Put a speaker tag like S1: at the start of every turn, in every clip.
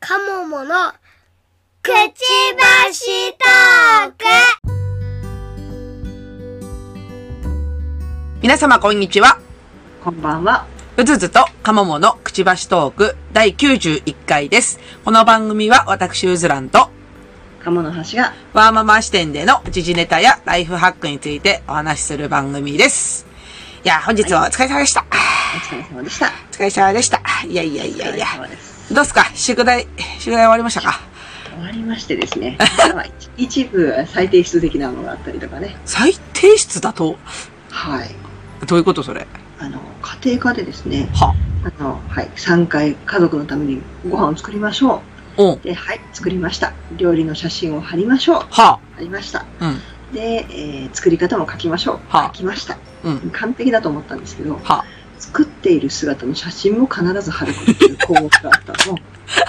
S1: カモモのくちばしトーク
S2: 皆様こんにちは。
S3: こんばんは。
S2: うずずとかもものくちばしトーク第91回です。この番組は私うずらんと
S3: 鴨の橋が
S2: ワーママ視点での時事ネタやライフハックについてお話しする番組です。いや、本日はお疲れ様でした。
S3: お疲れ様でした。
S2: お疲れ様でした。いやいやい
S3: お
S2: や
S3: 疲
S2: い
S3: れ
S2: や。
S3: 様です。
S2: どうっすか宿題、宿題終わりましたか
S3: 終わりましてですね。まあ一一部再提出的なものがあったりとかね。
S2: 再提出だと
S3: はい。
S2: どういうことそれ
S3: あの、家庭科でですね、
S2: は。
S3: あの、はい、3回家族のためにご飯を作りましょ
S2: うん。
S3: う。で、はい、作りました。料理の写真を貼りましょう。
S2: は。
S3: 貼りました。
S2: うん。
S3: で、えー作り方も書きましょう。
S2: は
S3: 書きました。
S2: うん。
S3: 完璧だと思ったんですけど、
S2: は。
S3: 作っている姿の写真も必ず貼ることという項目があったのを、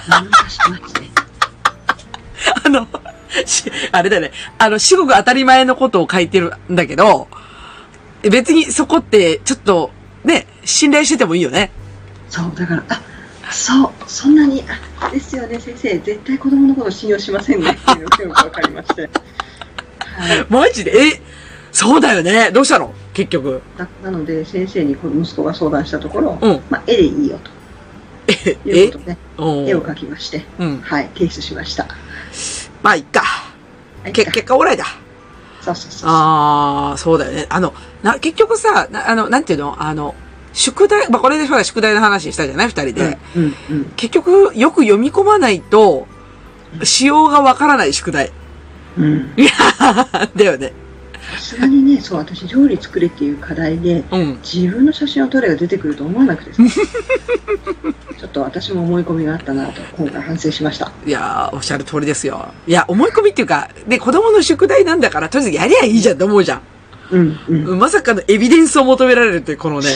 S3: 何かしまして。
S2: あの、し、あれだよね。あの、至極当たり前のことを書いてるんだけど、別にそこって、ちょっと、ね、信頼しててもいいよね。
S3: そう、だから、あそう、そんなに、あですよね、先生、絶対子供のこと信用しませんねっていうのがよくわかり まして。はい、
S2: マジでえそうだよね。どうしたの結局。
S3: ななので、先生にこの息子が相談したところ、
S2: うん
S3: まあ、絵でいいよ
S2: え
S3: ということで、
S2: うん
S3: 絵を描きまして、
S2: うん。
S3: はい、提出しました。
S2: まあ、いっか。
S3: はい
S2: け、結果オーライだ。
S3: そうそうそう。
S2: ああ、そうだよね。あの、な、結局さ、なあの、なんていうのあの、宿題、まあ、これでほら宿題の話したじゃない二人で。
S3: うん、うん、うん。
S2: 結局、よく読み込まないと、仕様がわからない宿題。
S3: うん
S2: いやーだよね。
S3: さすがにね、そう、私、料理作れっていう課題で、
S2: うん。
S3: 自分の写真を撮れが出てくると思わなく てさちょっと私も思い込みがあったなと、今回反省しました。
S2: いやー、おっしゃる通りですよ。いや、思い込みっていうか、で、子供の宿題なんだから、とりあえずやりゃいいじゃんと思うじゃん。
S3: うん、うん。
S2: まさかのエビデンスを求められるっていう、こ のね。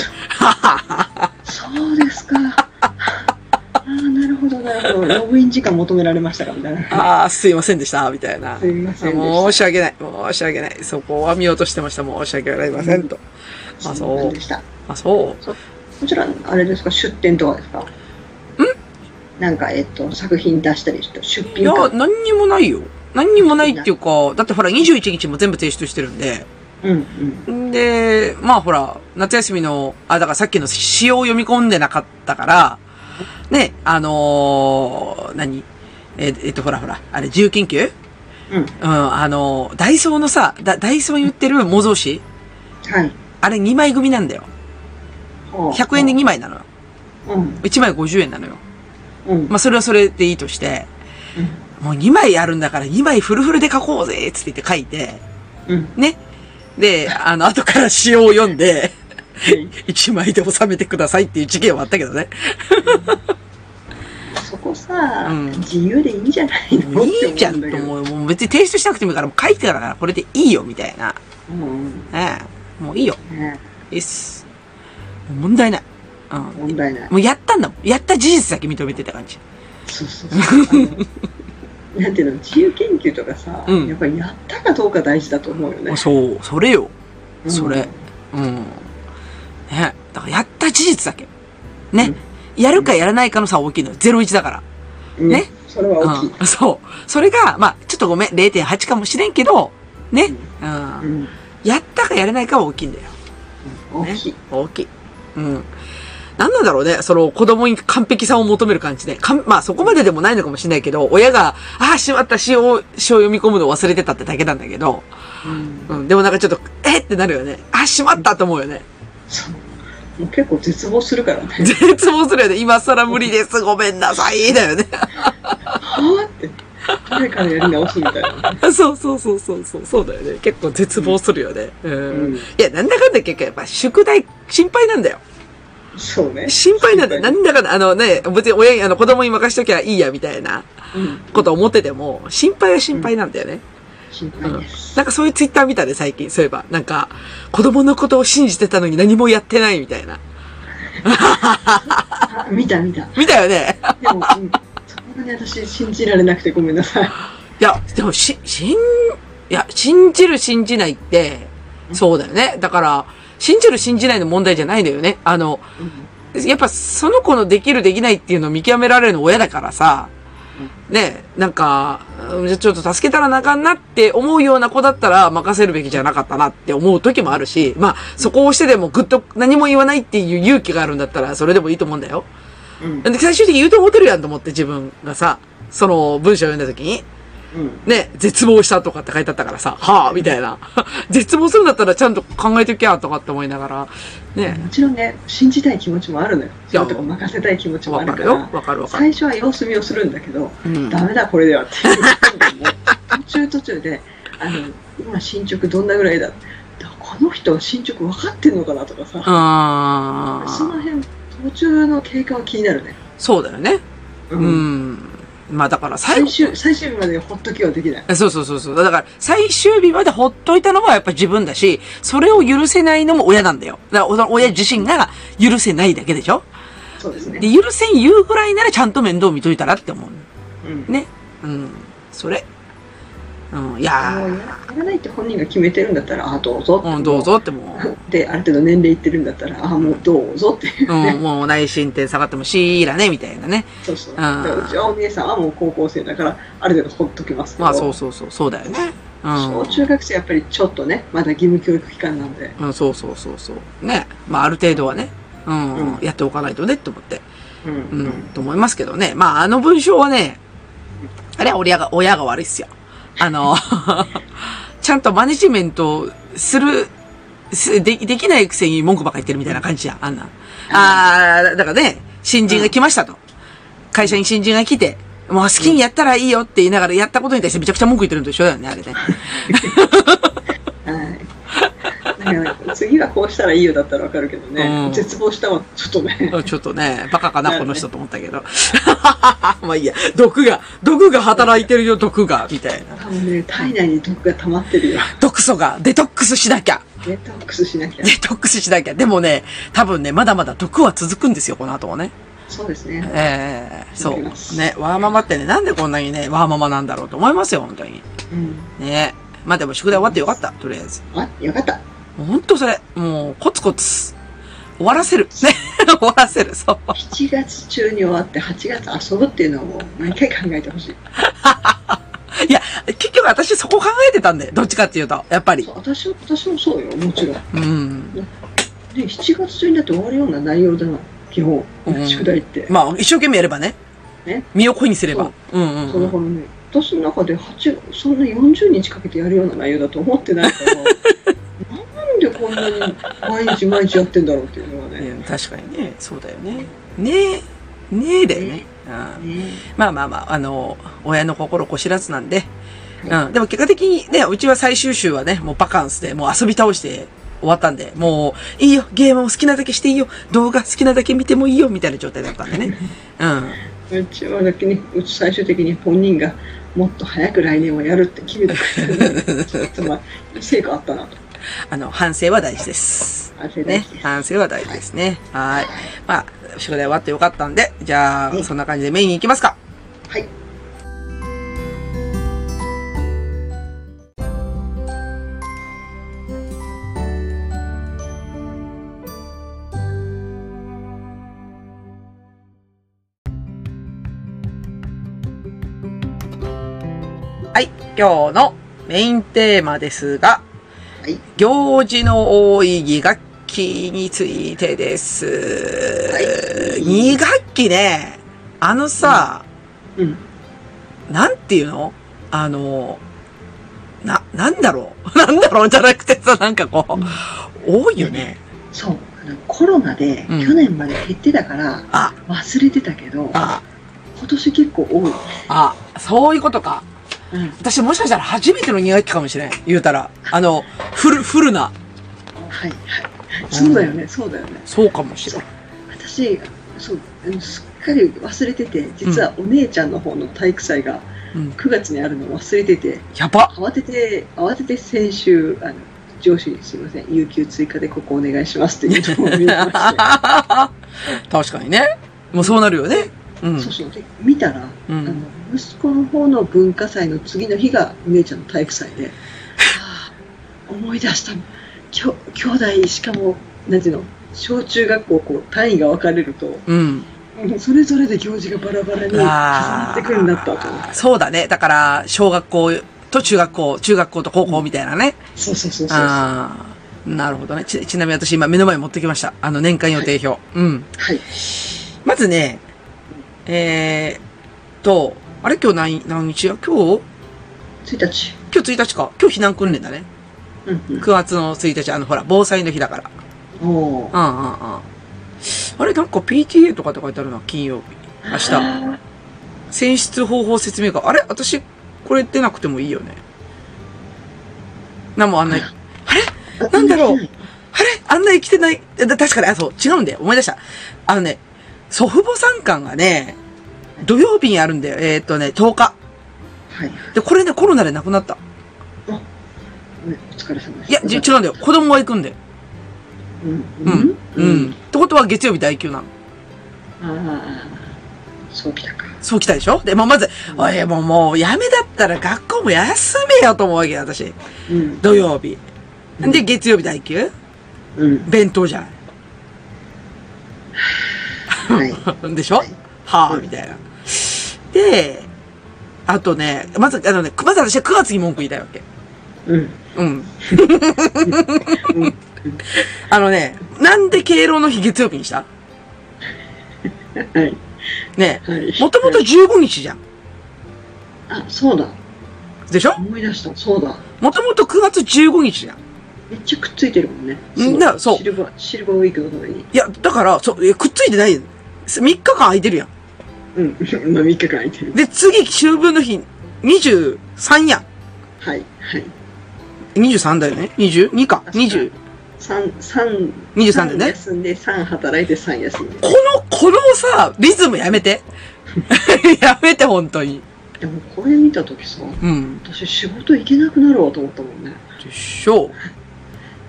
S3: そうですか。ああ、なるほど、なるほど。ログイン時間求められましたかみたいな。
S2: あー、すいませんでした、みたいな
S3: す。みませんで
S2: 申
S3: し
S2: し訳ない、申し訳ない。そこは見落としてました、申し訳ありません、と。
S3: た。
S2: あ、
S3: す
S2: そ
S3: いません
S2: う
S3: で。した。
S2: あ、そう。
S3: こちら、あれですか、出店とかですかんなんか、えっと、作品出したりして、出
S2: い
S3: 品
S2: や、
S3: か。
S2: 何にもないよ。何にもないっていうか、だってほら、21日も全部提出してるんで。
S3: うんうん。
S2: で、まあほら、夏休みの、あ、だからさっきの詩を読み込んでなかったから、ね、あのー何えっ、えっと、ほらほら、あれ、自由研究
S3: う
S2: う
S3: ん。
S2: ん、あのーダイソーのさ、ダダイソーに売ってる模造紙
S3: はい。
S2: あれ2枚組なんだよ。
S3: ほう
S2: 100円で2枚なのよ。
S3: うん。
S2: 1枚50円なのよ。
S3: うん。
S2: まあそれはそれでいいとして、もう2枚あるんだから2枚フルフルで書こうぜつって言って書いて、
S3: うん。 うん。
S2: ね。で、あの、後から詩を読んで、1枚で収めてくださいっていう事件はあったけどね。
S3: そこさ、
S2: うん
S3: 自由でいいんじゃないの
S2: いいじゃん
S3: って
S2: と
S3: 思うだ
S2: 思う。もう別に提出しなくてもいいから、もう書いてたからこれでいいよ、みたいな。
S3: けどうん。
S2: ねえ。もういいよ。
S3: ね
S2: いいっす。もう問題ない。うん。
S3: 問題ない。
S2: もうやったんだもん。やった事実だけ認めてた感じ。
S3: そうそうそう。あのなんていうの、自由研究とかさ、
S2: うん
S3: やっぱりやったかどうか大事だと思うよね。
S2: そう、それよ。
S3: うん
S2: それ。うん。ねえ。だからやった事実だけ。ね
S3: うん。
S2: やるかやらないかの差は大きいのよ。01だから。
S3: うん
S2: ね。
S3: それは大きい。
S2: うん、そう。それが、まあ、ちょっとごめん、0.8かもしれんけど、ね。うん。
S3: うん、
S2: やったかやらないかは大きいんだよ。
S3: 大
S2: ね
S3: きい。
S2: 大きい。うん。なんなんだろうね。その子供に完璧さを求める感じね。かんまあそこまででもないのかもしれないけど、親が、ああ、しまった、詩を、詩を読み込むのを忘れてたってだけなんだけど、
S3: うん
S2: うん。でもなんかちょっと、えってなるよね。ああ、しまったと思うよね。
S3: そう。もう結構絶望するからね。
S2: 絶望するよね。今更無理です。ごめんなさい。だよね。
S3: はぁって。誰からやり直すみたいな。
S2: そうそうそうそうそう、そうだよね。結構絶望するよね。うん。
S3: うん
S2: いや、なんだかんだ結構やっぱ宿題心配なんだよ。
S3: そうね。
S2: 心配なんだよ。な
S3: 心
S2: んだかんだ、あのね、別に親に、あの子供に任しときゃいいや、みたいな
S3: うん。
S2: こと思ってても、心配は心配なんだよね。
S3: 心
S2: うん。
S3: 配です。
S2: なんかそういうツイッター見たね、最近。そういえば。なんか、子供のことを信じてたのに何もやってないみたいな。
S3: あ、見た見た。
S2: 見たよね。
S3: でも、うん。そこがね、私信じられなくてごめんなさい。
S2: いや、でもし、信、いや、信じる信じないって、そうだよね。だから、信じる信じないの問題じゃないのよね。あの、やっぱその子のできるできないっていうのを見極められるの親だからさ、ね、なんか、うんじゃあちょっと助けたらなあかんなって思うような子だったら任せるべきじゃなかったなって思う時もあるし、まあ、そこをしてでもぐっと何も言わないっていう勇気があるんだったらそれでもいいと思うんだよ。
S3: うん
S2: で最終的に言うと思ってるやんと思って自分がさ、その文章を読んだ時に、
S3: うん
S2: ね、絶望したとかって書いてあったからさ、はあみたいな。 絶望するんだったらちゃんと考えておきゃとかって思いながら、ね、
S3: もちろんね、信じたい気持ちもあるのよ。
S2: いや
S3: そういうとこ任せたい気持ちもあ
S2: わ
S3: る
S2: か
S3: か
S2: るよ。
S3: ら。
S2: わかるわかる。
S3: 最初は様子見をするんだけど、
S2: うん
S3: ダメだこれではっていう途中途中であの今進捗どんなぐらいだだこの人は進捗分かってんのかなとかさ
S2: あ
S3: その
S2: あ。
S3: 辺途中の経過は気になるね、
S2: そうだよね。
S3: う
S2: うん。まあだから最
S3: 最
S2: 後。
S3: 終最終日までほっときはできない
S2: そうそうそうそう。だから、最終日までほっといたのはやっぱ自分だし、それを許せないのも親なんだよ。だから、お親自身が許せないだけでしょ
S3: そうですね
S2: で、許せん言うぐらいならちゃんと面倒見といたらって思う。
S3: うん
S2: ね。うん。それ。うん。い
S3: もう
S2: や
S3: ややらないって本人が決めてるんだったらあどうぞって
S2: ー、うん、どうぞってもう。
S3: である程度年齢いってるんだったらあもうどうぞっていうね、
S2: うん、もう内申点下がってもしーらね、みたいなね。
S3: そうそうだ
S2: あー
S3: からうちはお姉さんはもう高校生だからある程度ほっときますけど、
S2: まあそうそうそう、そうだよね。うん。
S3: 小中学生やっぱりちょっとねまだ義務教育期間なんで、
S2: うん、そうそうそうそう。ね。まあ、ある程度はね、うん、
S3: うん
S2: やっておかないとねって思って、
S3: うん
S2: うん、と思いますけどね。まあ、あの文章はね、あれは親が、親が悪いっすよ。あの、 ちゃんとマネジメントする、すでできないくせに文句ばっかり言ってるみたいな感じや、あんなん。ああ、だからね、新人が来ましたと。会社に新人が来て、もう好きにやったらいいよって言いながらやったことに対してめちゃくちゃ文句言ってるのと一緒だよね、あれね。
S3: はい。だから次はこうしたらいいよだったらわかるけどね、
S2: うん
S3: 絶望したわちょっとね
S2: ちょっとね、バカかな、
S3: な
S2: こ
S3: るね
S2: の人と思ったけど。 まあいいや、毒が、毒が働いてるよ、毒が、みたいな。
S3: 多分ね体内に毒が溜まってるよ
S2: 毒素が、デトックスしなきゃ。
S3: デトックスしなきゃ
S2: デトックスしなきゃ。でもね、多分ね、まだまだ毒は続くんですよ、この後もね。
S3: そうですね
S2: ええそう。
S3: 続きます
S2: ね、ワーママってね、なんでこんなにね、ワーママなんだろうと思いますよ、本当に。
S3: うん
S2: ね。まあでも宿題終わってよかった、とりあえず。
S3: あよかった
S2: もう本当それ、もう、コツコツ。終わらせる。ね。 終わらせる。そう。
S3: 7月中に終わって8月遊ぶっていうのをもう毎回考えてほしい
S2: いや、結局私そこ考えてたんで、どっちかっていうと、やっぱり
S3: そう。私も私もそうよもちろんで
S2: うん。
S3: 7月中になって終わるような内容だな基本、
S2: うん
S3: 宿題って
S2: まあ、一生懸命やればね。
S3: ね
S2: 身を粉にすれば。うんうん、
S3: そう
S2: う
S3: だ
S2: ん
S3: か。らね、私の中で8そんな40日かけてやるような内容だと思ってないからなんでこんなに毎日毎日やってんだろうっていうのはね。
S2: うん確かにね。そうだよね。ねえ。ねえだよね
S3: ね。
S2: うん
S3: ね
S2: まあまあまあ、あの、親の心こ知らずなんで。
S3: は
S2: うん。でも結果的にね、うちは最終週はね、もうバカンスで、もう遊び倒して終わったんで、もう、いいよ、ゲームを好きなだけしていいよ、動画好きなだけ見てもいいよ、みたいな状態だったんで ね。うん。
S3: うちはだけにうち最終的に本人がもっと早く来年はやるって決めてくれたのでちょっとまあ成果あったなと
S2: あの、反省は大事です。
S3: 反省大
S2: ね
S3: 事で。す
S2: 反省は大事ですね。はい。まあ、宿題終わってよかったんで、じゃあ、
S3: はい
S2: そんな感じでメインに行きますか。
S3: はい
S2: はい、今日のメインテーマですが、
S3: はい
S2: 行事の多い2学期についてです。
S3: はい
S2: 2学期ね、あのさ、
S3: うん
S2: なんていうのあの、な、なんだろう なんだろうじゃなくてさ、なんかこう、多いよね。
S3: そうあのコロナで
S2: うん
S3: 去年まで減ってたから
S2: あ、
S3: 忘れてたけど
S2: あ、
S3: 今年結構多い、
S2: あ、そういうことか。
S3: うん、
S2: 私もしかしたら初めての2学期かもしれん。言うたら。あの、フル、フルな。
S3: はいはいそうだよねそうだよね
S2: そうかもしれん。
S3: 私そうあのすっかり忘れてて実はお姉ちゃんの方の体育祭が
S2: うん。
S3: 9月にあるのを忘れてて
S2: やば。
S3: 慌てて慌てて先週あの上司にすいません有給追加でここお願いしますっていうところを見まして
S2: 確かにね。もうそうなるよね。うん。
S3: そうそうで見たら、
S2: う
S3: あの
S2: ん。
S3: 息子の方の文化祭の次の日がお姉ちゃんの体育祭で、 はあ思い出したきょ兄弟しかも何ていうの小中学校こう単位が分かれると
S2: うん。
S3: もうそれぞれで行事がバラバラに重なってくるんだったと思って。
S2: そうだね。だから、小学校と中学校、中学校と高校みたいなね。
S3: そうそうそうそう。は
S2: ああ、なるほどね。ち、ちなみに私今目の前に持ってきました。あの年間予定表。うん。
S3: い。
S2: まずね、えー、と、あれ今日何、何日や今日
S3: 1日。
S2: 今日1日か。今日避難訓練だね。
S3: うん
S2: 9月の1日、あの、ほら、防災の日だから。
S3: うん。おー。
S2: うんうんうん。あれなんか PTA とかって書いてあるな、金曜日。明日。選出方法説明会。あれ私、これ出なくてもいいよね。なんもあんない。あれなんだろうあれあんな生きてない。だ確かに、あ、そう、違うんだよ。思い出した。あのね、祖父母参観がね、土曜日にあるんだよ。えーっ、とね、10日。
S3: はい。
S2: で、これね、コロナで亡くなった。
S3: ねお疲れ様です。
S2: いや、じ違うんだよ。子供が行くんだよ。
S3: うん。
S2: う
S3: うんん。。
S2: うん。ってことは月曜日第9なの。
S3: ああ、そうきたか。
S2: そう来たでしょで、まあ、まず、
S3: うん
S2: おい、もう、もう、やめだったら学校も休めよと思うわけよ、私。
S3: うん。
S2: 土曜日。
S3: うん
S2: で、月曜日第9
S3: うん。
S2: 弁当じゃ
S3: はい。
S2: ん。でしょはあ、みたいな。で、あとね、まず、あのね、まず私は9月に文句言いたいわけ。
S3: うん。
S2: うん。
S3: うん。
S2: あのね、なんで敬老の日月曜日にした
S3: はい。
S2: ね
S3: はい。
S2: もともと15日じゃん。
S3: あ、そうだ。
S2: でしょ
S3: 思い出した。そうだ。
S2: もともと9月15日じゃん。
S3: めっちゃくっついてるもんね。
S2: うんだそう
S3: シルバー、シルバーウィークのために。
S2: いや、だから、そう、えくっついてないよ。3日間空いてるやん。
S3: うん。まあ、3日間 空いてる。
S2: で、次、秋分の日、23やん。
S3: はい。はい。
S2: 23だよね ?22 か。20。
S3: 三三
S2: 23だよね
S3: 三休んで、三働いて、三休んで。
S2: この、このさ、リズムやめて。 やめて、本当に。
S3: でも、これ見たときさ、
S2: うん。
S3: 私仕事行けなくなるわと思ったもんね。
S2: でしょ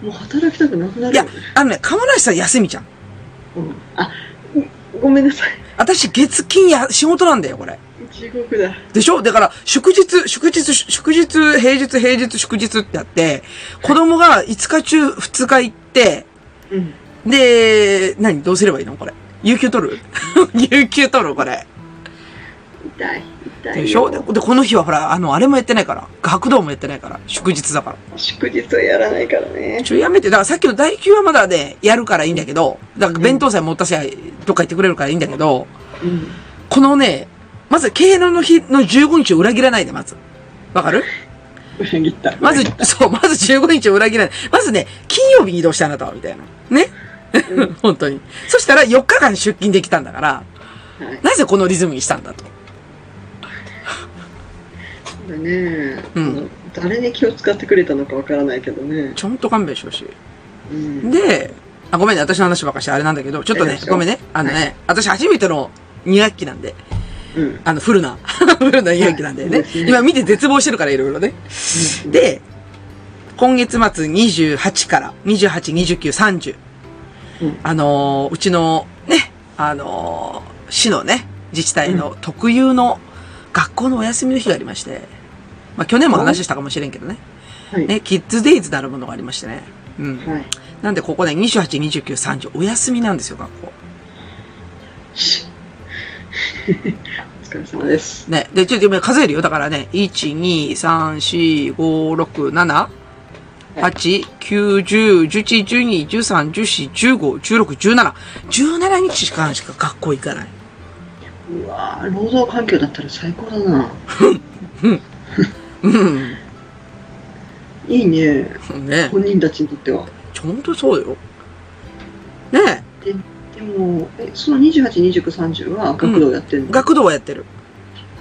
S2: う。
S3: もう働きたくなくないる
S2: や
S3: よね。、
S2: あのね、鴨梨さん休みじゃん。
S3: うん、あ、ごごめんなさい。
S2: 私、月金や、仕事なんだよ、これ。
S3: 地獄だ。
S2: でしょだから、祝日、祝日、祝日、平日、平日、祝日ってあって、子供が5日中2日行って、
S3: うん。
S2: で、何どうすればいいのこれ。有給取る 有給取るこれ。
S3: 痛い。痛いよ。
S2: でしょで、でこの日はほら、あの、あれもやってないから。学童もやってないから。祝日だから。
S3: 祝日はやらないからね。
S2: ちょ、やめて。だからさっきの第9はまだね、やるからいいんだけど、だから弁当さえ持ったせや、どっか行ってくれるからいいんだけど、
S3: うん。
S2: このね、まず、敬老の日の15日を裏切らないで、まず。わかる
S3: 裏切った。
S2: まず、そう、まず15日を裏切らない。まずね、金曜日に移動したあなたは、みたいな。ね、 本当に。そしたら4日間出勤できたんだから、
S3: はい。
S2: なぜこのリズムにしたんだと。
S3: そうだね。
S2: うん
S3: あの誰に気を使ってくれたのかわからないけどね。
S2: ちょんと勘弁してほしい。
S3: うん。
S2: で、あ、ごめんね、私の話ばっかりしてあれなんだけど、ちょっと
S3: いい
S2: ね
S3: で、すよ
S2: ごめんね、あのね、
S3: は
S2: 私初めての2学期なんで、
S3: うん。
S2: あの、フルな、 フルな勇気なんだよね
S3: はい。
S2: 今見て絶望してるから、いろいろね。で、今月末28から、28、29、30。
S3: うん
S2: あのーうちの、ね、あのー市のね、自治体の特有の学校のお休みの日がありまして、まあ、去年も話したかもしれんけどね。
S3: はい。
S2: ね、キッズデイズなるものがありましてね。うん。
S3: はい。
S2: なんで、ここね、28、29、30、お休みなんですよ、学校。
S3: お疲れ様です。
S2: ね。で、ちょっと今数えるよ。だからね、1、2、3、4、5、6、7、8、9、10、11、12、13、14、15、16、17。17日間しか学校行かない。
S3: うわぁ、労働環境だったら最高だな。
S2: うん。
S3: いいね。
S2: ね。
S3: 本人たちにとっては。
S2: ちょんとそうよ。ね
S3: でも、え、その28、29、30は学童やってんの、
S2: 学童はやってる。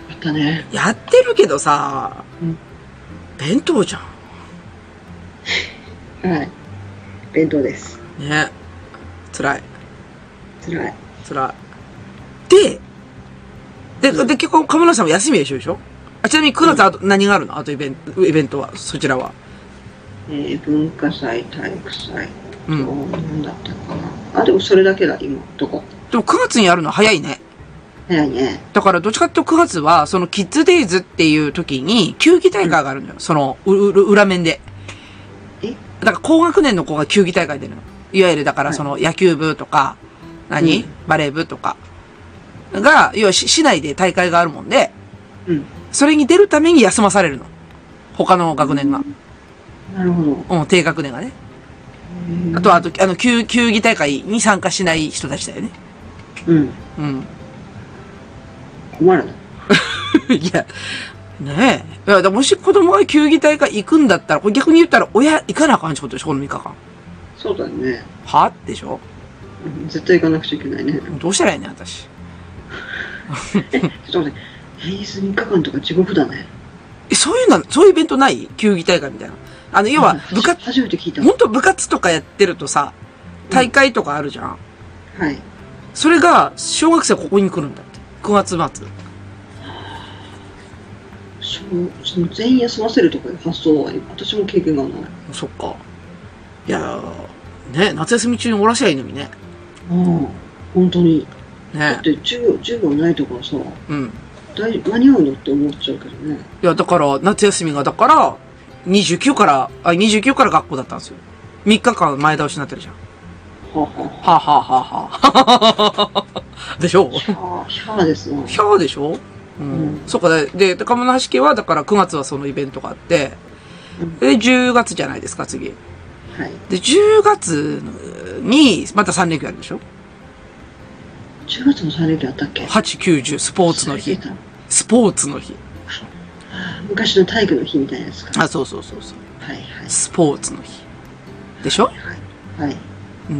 S3: やったね。
S2: やってるけどさ
S3: うん、
S2: 弁当じゃ
S3: はい。弁当です。
S2: ん。ね。辛い。
S3: 辛い。
S2: 辛い。で、で、で、結構、鴨村さんも休みでしょでしょあ、ちなみに9月あと、何があるのあとイベント、イベントは、そちらは。
S3: えー、文化祭、体育祭
S2: う
S3: と、
S2: ん。
S3: なんだったかな。あ、でもそれだけだ、今、どこ。
S2: でも9月にやるの早いね。
S3: 早いね。
S2: だから、どっちかっていうと9月は、そのキッズデイズっていう時に、球技大会があるのよ。その、う、う、裏面で。
S3: え
S2: だから、高学年の子が球技大会出るの。いわゆる、だから、
S3: はい
S2: その、野球部とか、何、
S3: うん
S2: バレー部とか、が、要はし市内で大会があるもんで、
S3: うん。
S2: それに出るために休まされるの。他の学年が。
S3: なるほど。
S2: うん、低学年がね。
S3: へー
S2: あとは、あと、あの、球、球技大会に参加しない人たちだよね。
S3: うん。
S2: うん。
S3: 困るな。
S2: いや、ねえ。いや、だからもし子供が球技大会行くんだったら、これ逆に言ったら、親行かなあかんってことでしょ、この3日間。
S3: そうだね。
S2: はあでしょ
S3: うん絶対行かなくちゃいけないね。ちょ
S2: どうしたらいいねん、私。
S3: っと待って。平日3日間とか地獄だね。
S2: え、そういうの、そういうイベントない球技大会みたいな。あの、要は、部活、
S3: 初めて聞いた。
S2: 本当部活とかやってるとさ、大会とかあるじゃん。
S3: はい。
S2: それが、小学生ここに来るんだって。9月末。
S3: そうその全員休ませるとかいう発想は私も経験がない。
S2: そっか。いやー、ね夏休み中におらしゃいいのにね。
S3: ああ、本当に。だ
S2: ね
S3: って授業授業ないとかさ、
S2: うん。
S3: 大間に合うのって思っちゃうけどね。
S2: いや、だから、夏休みが、だから、29から、あ、29から学校だったんですよ。3日間前倒しになってるじゃん。
S3: はあ、
S2: は
S3: は
S2: あ、はあはあはあ、 でしょ
S3: あ、はあ、ひゃあですな。
S2: ひゃーでしょうん。
S3: うん
S2: そっか、で、で、高物橋家は、だから9月はそのイベントがあって、
S3: うん
S2: で、10月じゃないですか、次。
S3: はい。
S2: で、10月に、また3連休あるでしょ
S3: 10月の3連休あったっけ
S2: ?8、9、10、スポーツの日
S3: 忘。れて
S2: スポーツの日。
S3: た昔の体育の日みたいなやつか。
S2: あ、そうそうそうそう。
S3: はいはい。
S2: スポーツの日。でしょ
S3: はい。はい。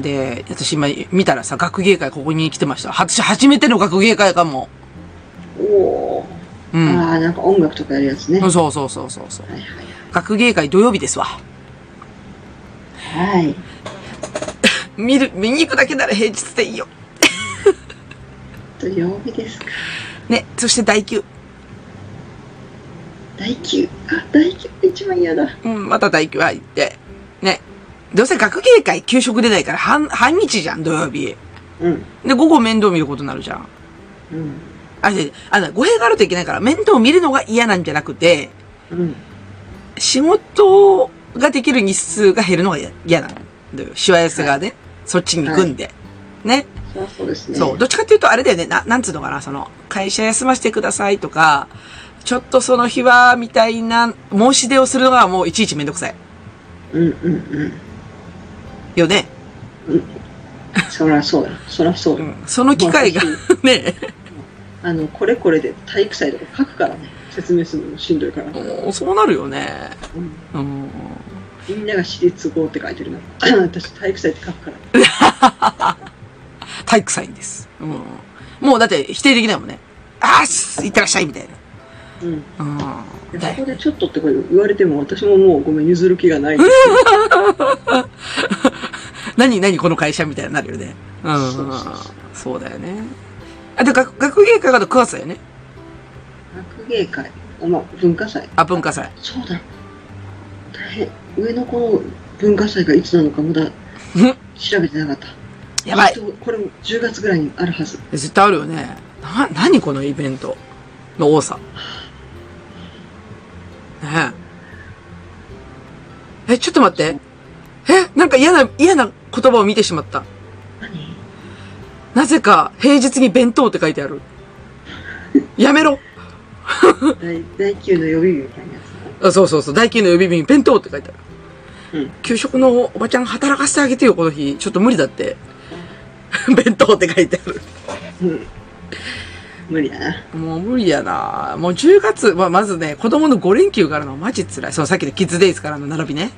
S2: で、私今見たらさ、学芸会ここに来てました。私初めての学芸会かも。
S3: おお、
S2: うん。
S3: ああ、なんか音楽とかやるやつね。はい
S2: そうそうそうそうそう。
S3: はい
S2: 学芸会土曜日ですわ。
S3: はい。はい。
S2: 見る、見に行くだけなら平日でいいよ。
S3: 土曜日ですか。
S2: ね、そして第9。
S3: 第9。あ、第9が一番嫌だ。
S2: うん、また第9は行って。ね。どうせ学芸会給食出ないから半、半日じゃん、土曜日。
S3: うん。
S2: で、午後面倒見ることになるじゃん。
S3: うん。
S2: あ、で、あの、語弊があるといけないから、面倒見るのが嫌なんじゃなくて、
S3: うん。
S2: 仕事ができる日数が減るのが嫌嫌なのよ。しわ寄せがね、そっちに行くんで。ね。
S3: そうそうですね。
S2: そう。どっちかっていうと、あれだよね。な、なんつうのかな。その、会社休ませてくださいとか、ちょっとその日は、みたいな、申し出をするのがもういちいちめんどくさい。
S3: うんうんうん。
S2: よね。
S3: そりゃそうだ。そりゃそう
S2: う
S3: だ。
S2: ん。その機会が
S3: まあ、
S2: ね、
S3: あの、これこれで体育祭とか書くからね。説明するのもしんどいから。
S2: もうそうなるよね。
S3: うん
S2: うん。
S3: みんなが私立合って書いてるな。私体育祭って書くから。
S2: 体育祭です。うん。もうだって否定できないもんね。あーす、いってらっしゃい、みたいな。
S3: うん。
S2: うん。
S3: で
S2: だ
S3: そこ
S2: よ
S3: でちょっとってこう言われても私ももうごめん譲る気がないんです
S2: 何、何この会社みたいになるよね。うん。
S3: そうそうそう
S2: そうだよね。あ、で、学、学芸会が9月だよね。
S3: けど。学芸会。あまあ、文化祭。
S2: あ、文化祭。
S3: そうだ。大変。上の子の文化祭がいつなのかまだ調べてなかった。
S2: やばい
S3: きっ。とこれも10月ぐらいにあるはず。
S2: 絶対あるよね。な、何このイベントの多さ。ねえ。え、ちょっと待って。え、なんか嫌な、嫌な言葉を見てしまった。
S3: 何
S2: なぜか、平日に弁当って書いてある。やめろ
S3: 第第9の予備日みたいなやつだ
S2: あそうそうそう、大金の予備日に弁当って書いてある。
S3: うん
S2: 給食のおばちゃん働かせてあげてよ、この日。ちょっと無理だって。 弁当って書いてある。
S3: うん無理だな。
S2: もう無理やなもう10月、まあ、まずね、子供の5連休があるのはマジ辛い。そう、さっきのキッズデイズからの並びね。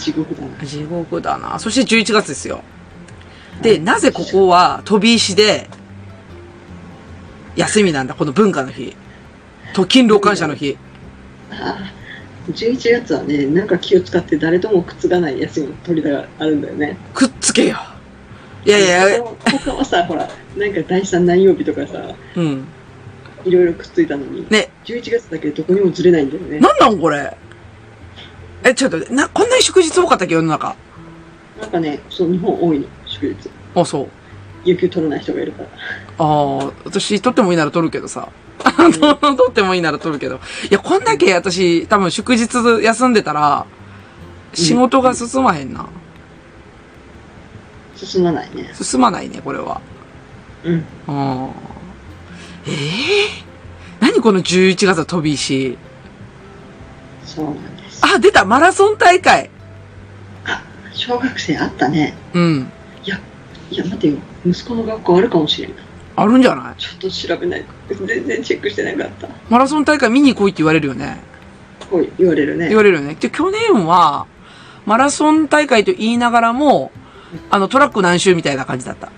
S3: 地獄だな。
S2: 地獄だなそして11月ですよ。で、なぜここは飛び石で、休みなんだ、この文化の日。と勤労感謝の日。
S3: ああ11月はね、なんか気を使って誰ともくっつかない休みの取りがあるんだよね。
S2: くっつけよ。いやいやいや、
S3: 他他はさ、ほら、なんか第三何曜日とかさ、
S2: うん。
S3: いろいろくっついたのに、
S2: ね、
S3: 11月だけどこにもずれないんだよね。
S2: なんなんこれ。え、ちょっと待って、な、こんなに祝日多かったっけ、世の中。
S3: なんかね、そう、日本多いの、祝日。
S2: あ、そう。
S3: 有給取らない人がいるから。
S2: ああ、私、取ってもいいなら取るけどさ。あの、 取ってもいいなら取るけど。いや、こんだけ私、多分祝日休んでたら、仕事が進まへんな。
S3: 進まないね。
S2: 進まないね、これは。
S3: うん。
S2: うん。ええ何この11月の飛び石。
S3: そうなんです。
S2: あ、出たマラソン大会
S3: あ、小学生あったね。
S2: うん。
S3: いや、待てよ。息子の学校あるかもしれない。
S2: あるんじゃない
S3: ちょっと調べない。全然チェックしてなかった。
S2: マラソン大会見に来いって言われるよね。
S3: こう言われるね
S2: 言。われるよね。で、去年は、マラソン大会と言いながらも、あの、トラック何周みたいな感じだった。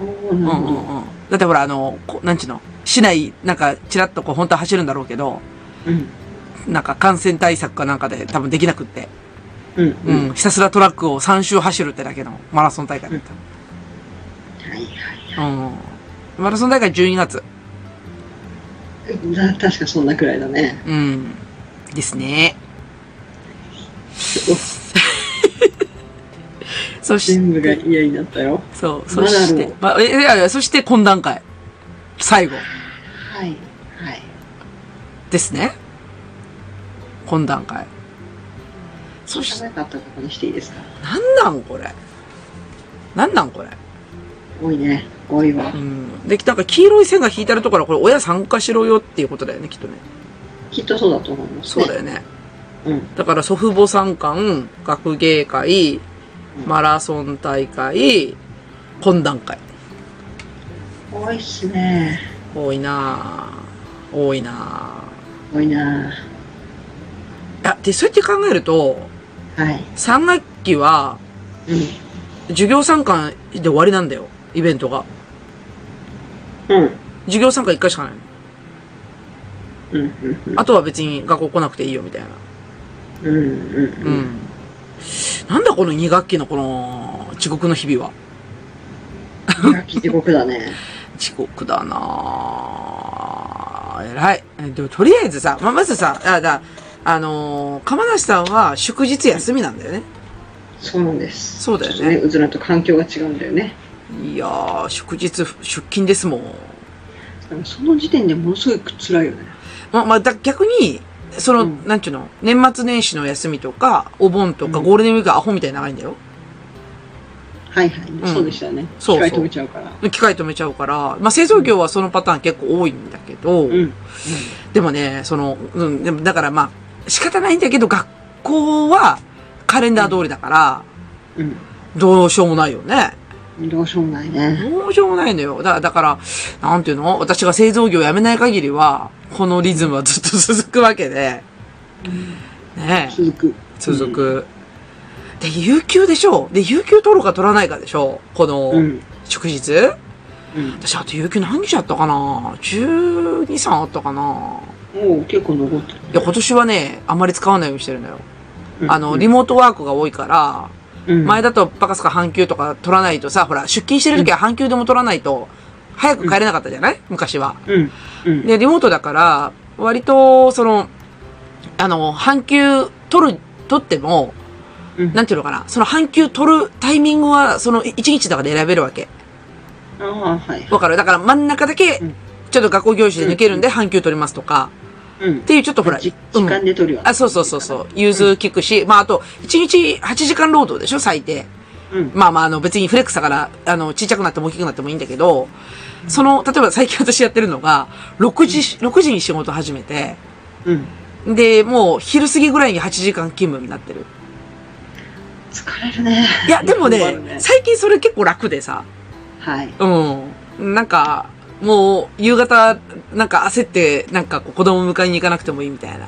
S3: おーな
S2: う
S3: る
S2: んう
S3: ほど。
S2: んうん。だってほら、あの、こなんちゅうの、市内、なんか、ちらっとこう、本当は走るんだろうけど、
S3: うん。
S2: なんか感染対策かなんかで多分できなくって。
S3: うん。
S2: う
S3: うん
S2: ん。ひたすらトラックを3周走るってだけのマラソン大会だっ
S3: はい
S2: た。うん。マラソン大会12月。
S3: はい。だ確かそんなくらいだね。
S2: うん。ですね。 そし
S3: 全部が
S2: て、
S3: 嫌になったよ。
S2: そう、そ
S3: まだある
S2: して、まあ、え、いやいや、そして懇談会。最後。
S3: はい。はい。
S2: ですね。懇談会。そし
S3: 知
S2: て、
S3: らなかったことにしていいですか
S2: なんなんこれ。なんなんこれ。
S3: 多いね。多いわ
S2: う。ん。で、なんか黄色い線が引いてあるところは、これ親参加しろよっていうことだよね、きっとね。
S3: きっとそうだと思います、
S2: そ
S3: ね。
S2: うだよね。
S3: うん。
S2: だから祖父母参観、学芸会、
S3: うん
S2: マラソン大会、懇談会。
S3: 多いっすね。
S2: 多いなぁ。多いな
S3: 多いな
S2: ぁ。あ、で、そうやって考えると、
S3: ぁはい。
S2: 3学期は、
S3: う
S2: 授業参観で終わりなんだよ。イベントが。
S3: ん。うん。
S2: 授業参観1回しかない。
S3: うん。
S2: あとは別に学校来なくていいよ、みたいな。
S3: うん。うん。うん。
S2: う
S3: うん
S2: ん。なんだこの2学期のこの、地獄の日々は。
S3: ラッキー地獄だ ね。
S2: 地獄だなぁ。偉い。えでも、とりあえずさ、まあ、まずさ、あ、だ、あのー、釜梨さんは祝日休みなんだよね。
S3: そうなんです。
S2: そうだよね
S3: ちょっとうずらと環境が違うんだよね。
S2: いやー、祝日出勤ですもん。
S3: でもその時点でものすごい辛いよね。
S2: まあ、まあ、だ逆に、その、
S3: うん
S2: なんちゅうの、年末年始の休みとか、お盆とか、
S3: うん
S2: ゴールデンウィークアホみたいに長いんだよ。
S3: はいはい。
S2: ん
S3: そうでしたね。
S2: そうそう
S3: 機械飛びちゃうから。
S2: 機械止めちゃうから、まあ、製造業はそのパターン結構多いんだけど、
S3: うん。うん。
S2: でもね、その、うん、でもだからまあ、仕方ないんだけど、学校はカレンダー通りだから、どうしようもないよね。
S3: うん。どうしようもないね。
S2: どうしようもないのよ。だだから、なんていうの私が製造業を辞めない限りは、このリズムはずっと続くわけで、ねえ
S3: 続く。
S2: 続く。で、有給でしょで、有給取るか取らないかでしょこの
S3: う、ん。
S2: 祝日
S3: うん。
S2: 私、あと有給何日あったかな ?12、3あったかな
S3: もう結構残ってる。
S2: いや、今年はね、あんまり使わないようにしてるのよ。
S3: うん
S2: あの、リモートワークが多いから、
S3: うん
S2: 前だとバカすか半休とか取らないとさ、ほら、出勤してる時は半休でも取らないと、早く帰れなかったじゃない昔は。
S3: うん。うん。
S2: で、リモートだから、割と、その、あの、半休取る、取っても、
S3: うん
S2: なんていうのかな、その半休取るタイミングは、その一日の中で選べるわけ。
S3: ああ、はい。
S2: わかるだから真ん中だけ
S3: うん、
S2: ちょっと学校行事で抜けるんで、半休取りますとか、
S3: うん
S2: っ。ていう、ちょっとほら、
S3: じ
S2: う
S3: 時
S2: ん
S3: 間で取るよ、
S2: あ、そうそうそうそう。融通聞くし、まああと、1日8時間労働でしょ、最低。
S3: うん
S2: まあまあ、あの、別にフレックスだから、あの、ちっちゃくなっても大きくなってもいいんだけど、その、例えば最近私やってるのが、6時、6時に仕事始めて、
S3: うん。
S2: で、もう昼過ぎぐらいに8時間勤務になってる。
S3: 疲れるね。
S2: いや、でも
S3: 困
S2: ね
S3: る、ね
S2: 最近それ結構楽でさ、
S3: はい。
S2: うん。なんか、もう、夕方、なんか焦って、なんかこう子供迎えに行かなくてもいいみたい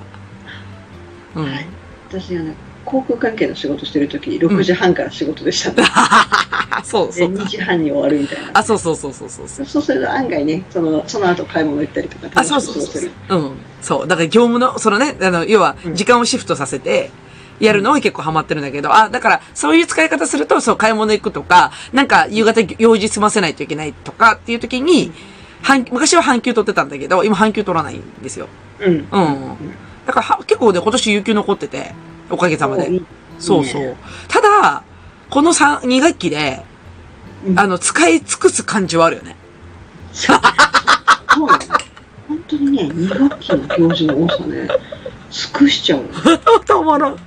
S2: な。うん。
S3: はい私、あの、航空関係の仕事してる時6時半から仕事でした、
S2: あ、そう
S3: で
S2: そう
S3: 2
S2: か。
S3: 時半に終わるみたいな。
S2: あ、そうそうそうそうそうそう。
S3: そうすると案外ね、その、その後買い物行ったりとか。
S2: あ、そうそうそう
S3: 楽しく過ごせ
S2: そう
S3: る。
S2: うん。そう。だから業務の、そのね、あの、要は
S3: う、ん
S2: 時間をシフトさせて、やるのは結構ハマってるんだけど、あ、だから、そういう使い方すると、そう、買い物行くとか、なんか、夕方用事済ませないといけないとかっていう時に、半昔は半休取ってたんだけど、今半休取らないんですよ。
S3: う
S2: う
S3: ん。
S2: ん。だからは、結構ね、今年有給残ってて、おかげさま
S3: おい
S2: で。
S3: い
S2: そうそ
S3: いうね。
S2: ただ、この三2学期で、
S3: うん
S2: あの、使い尽くす感じはあるよね。
S3: そうなの。本当にね、2学期の行事の多さね、尽くし ちゃうの。
S2: たまらん。い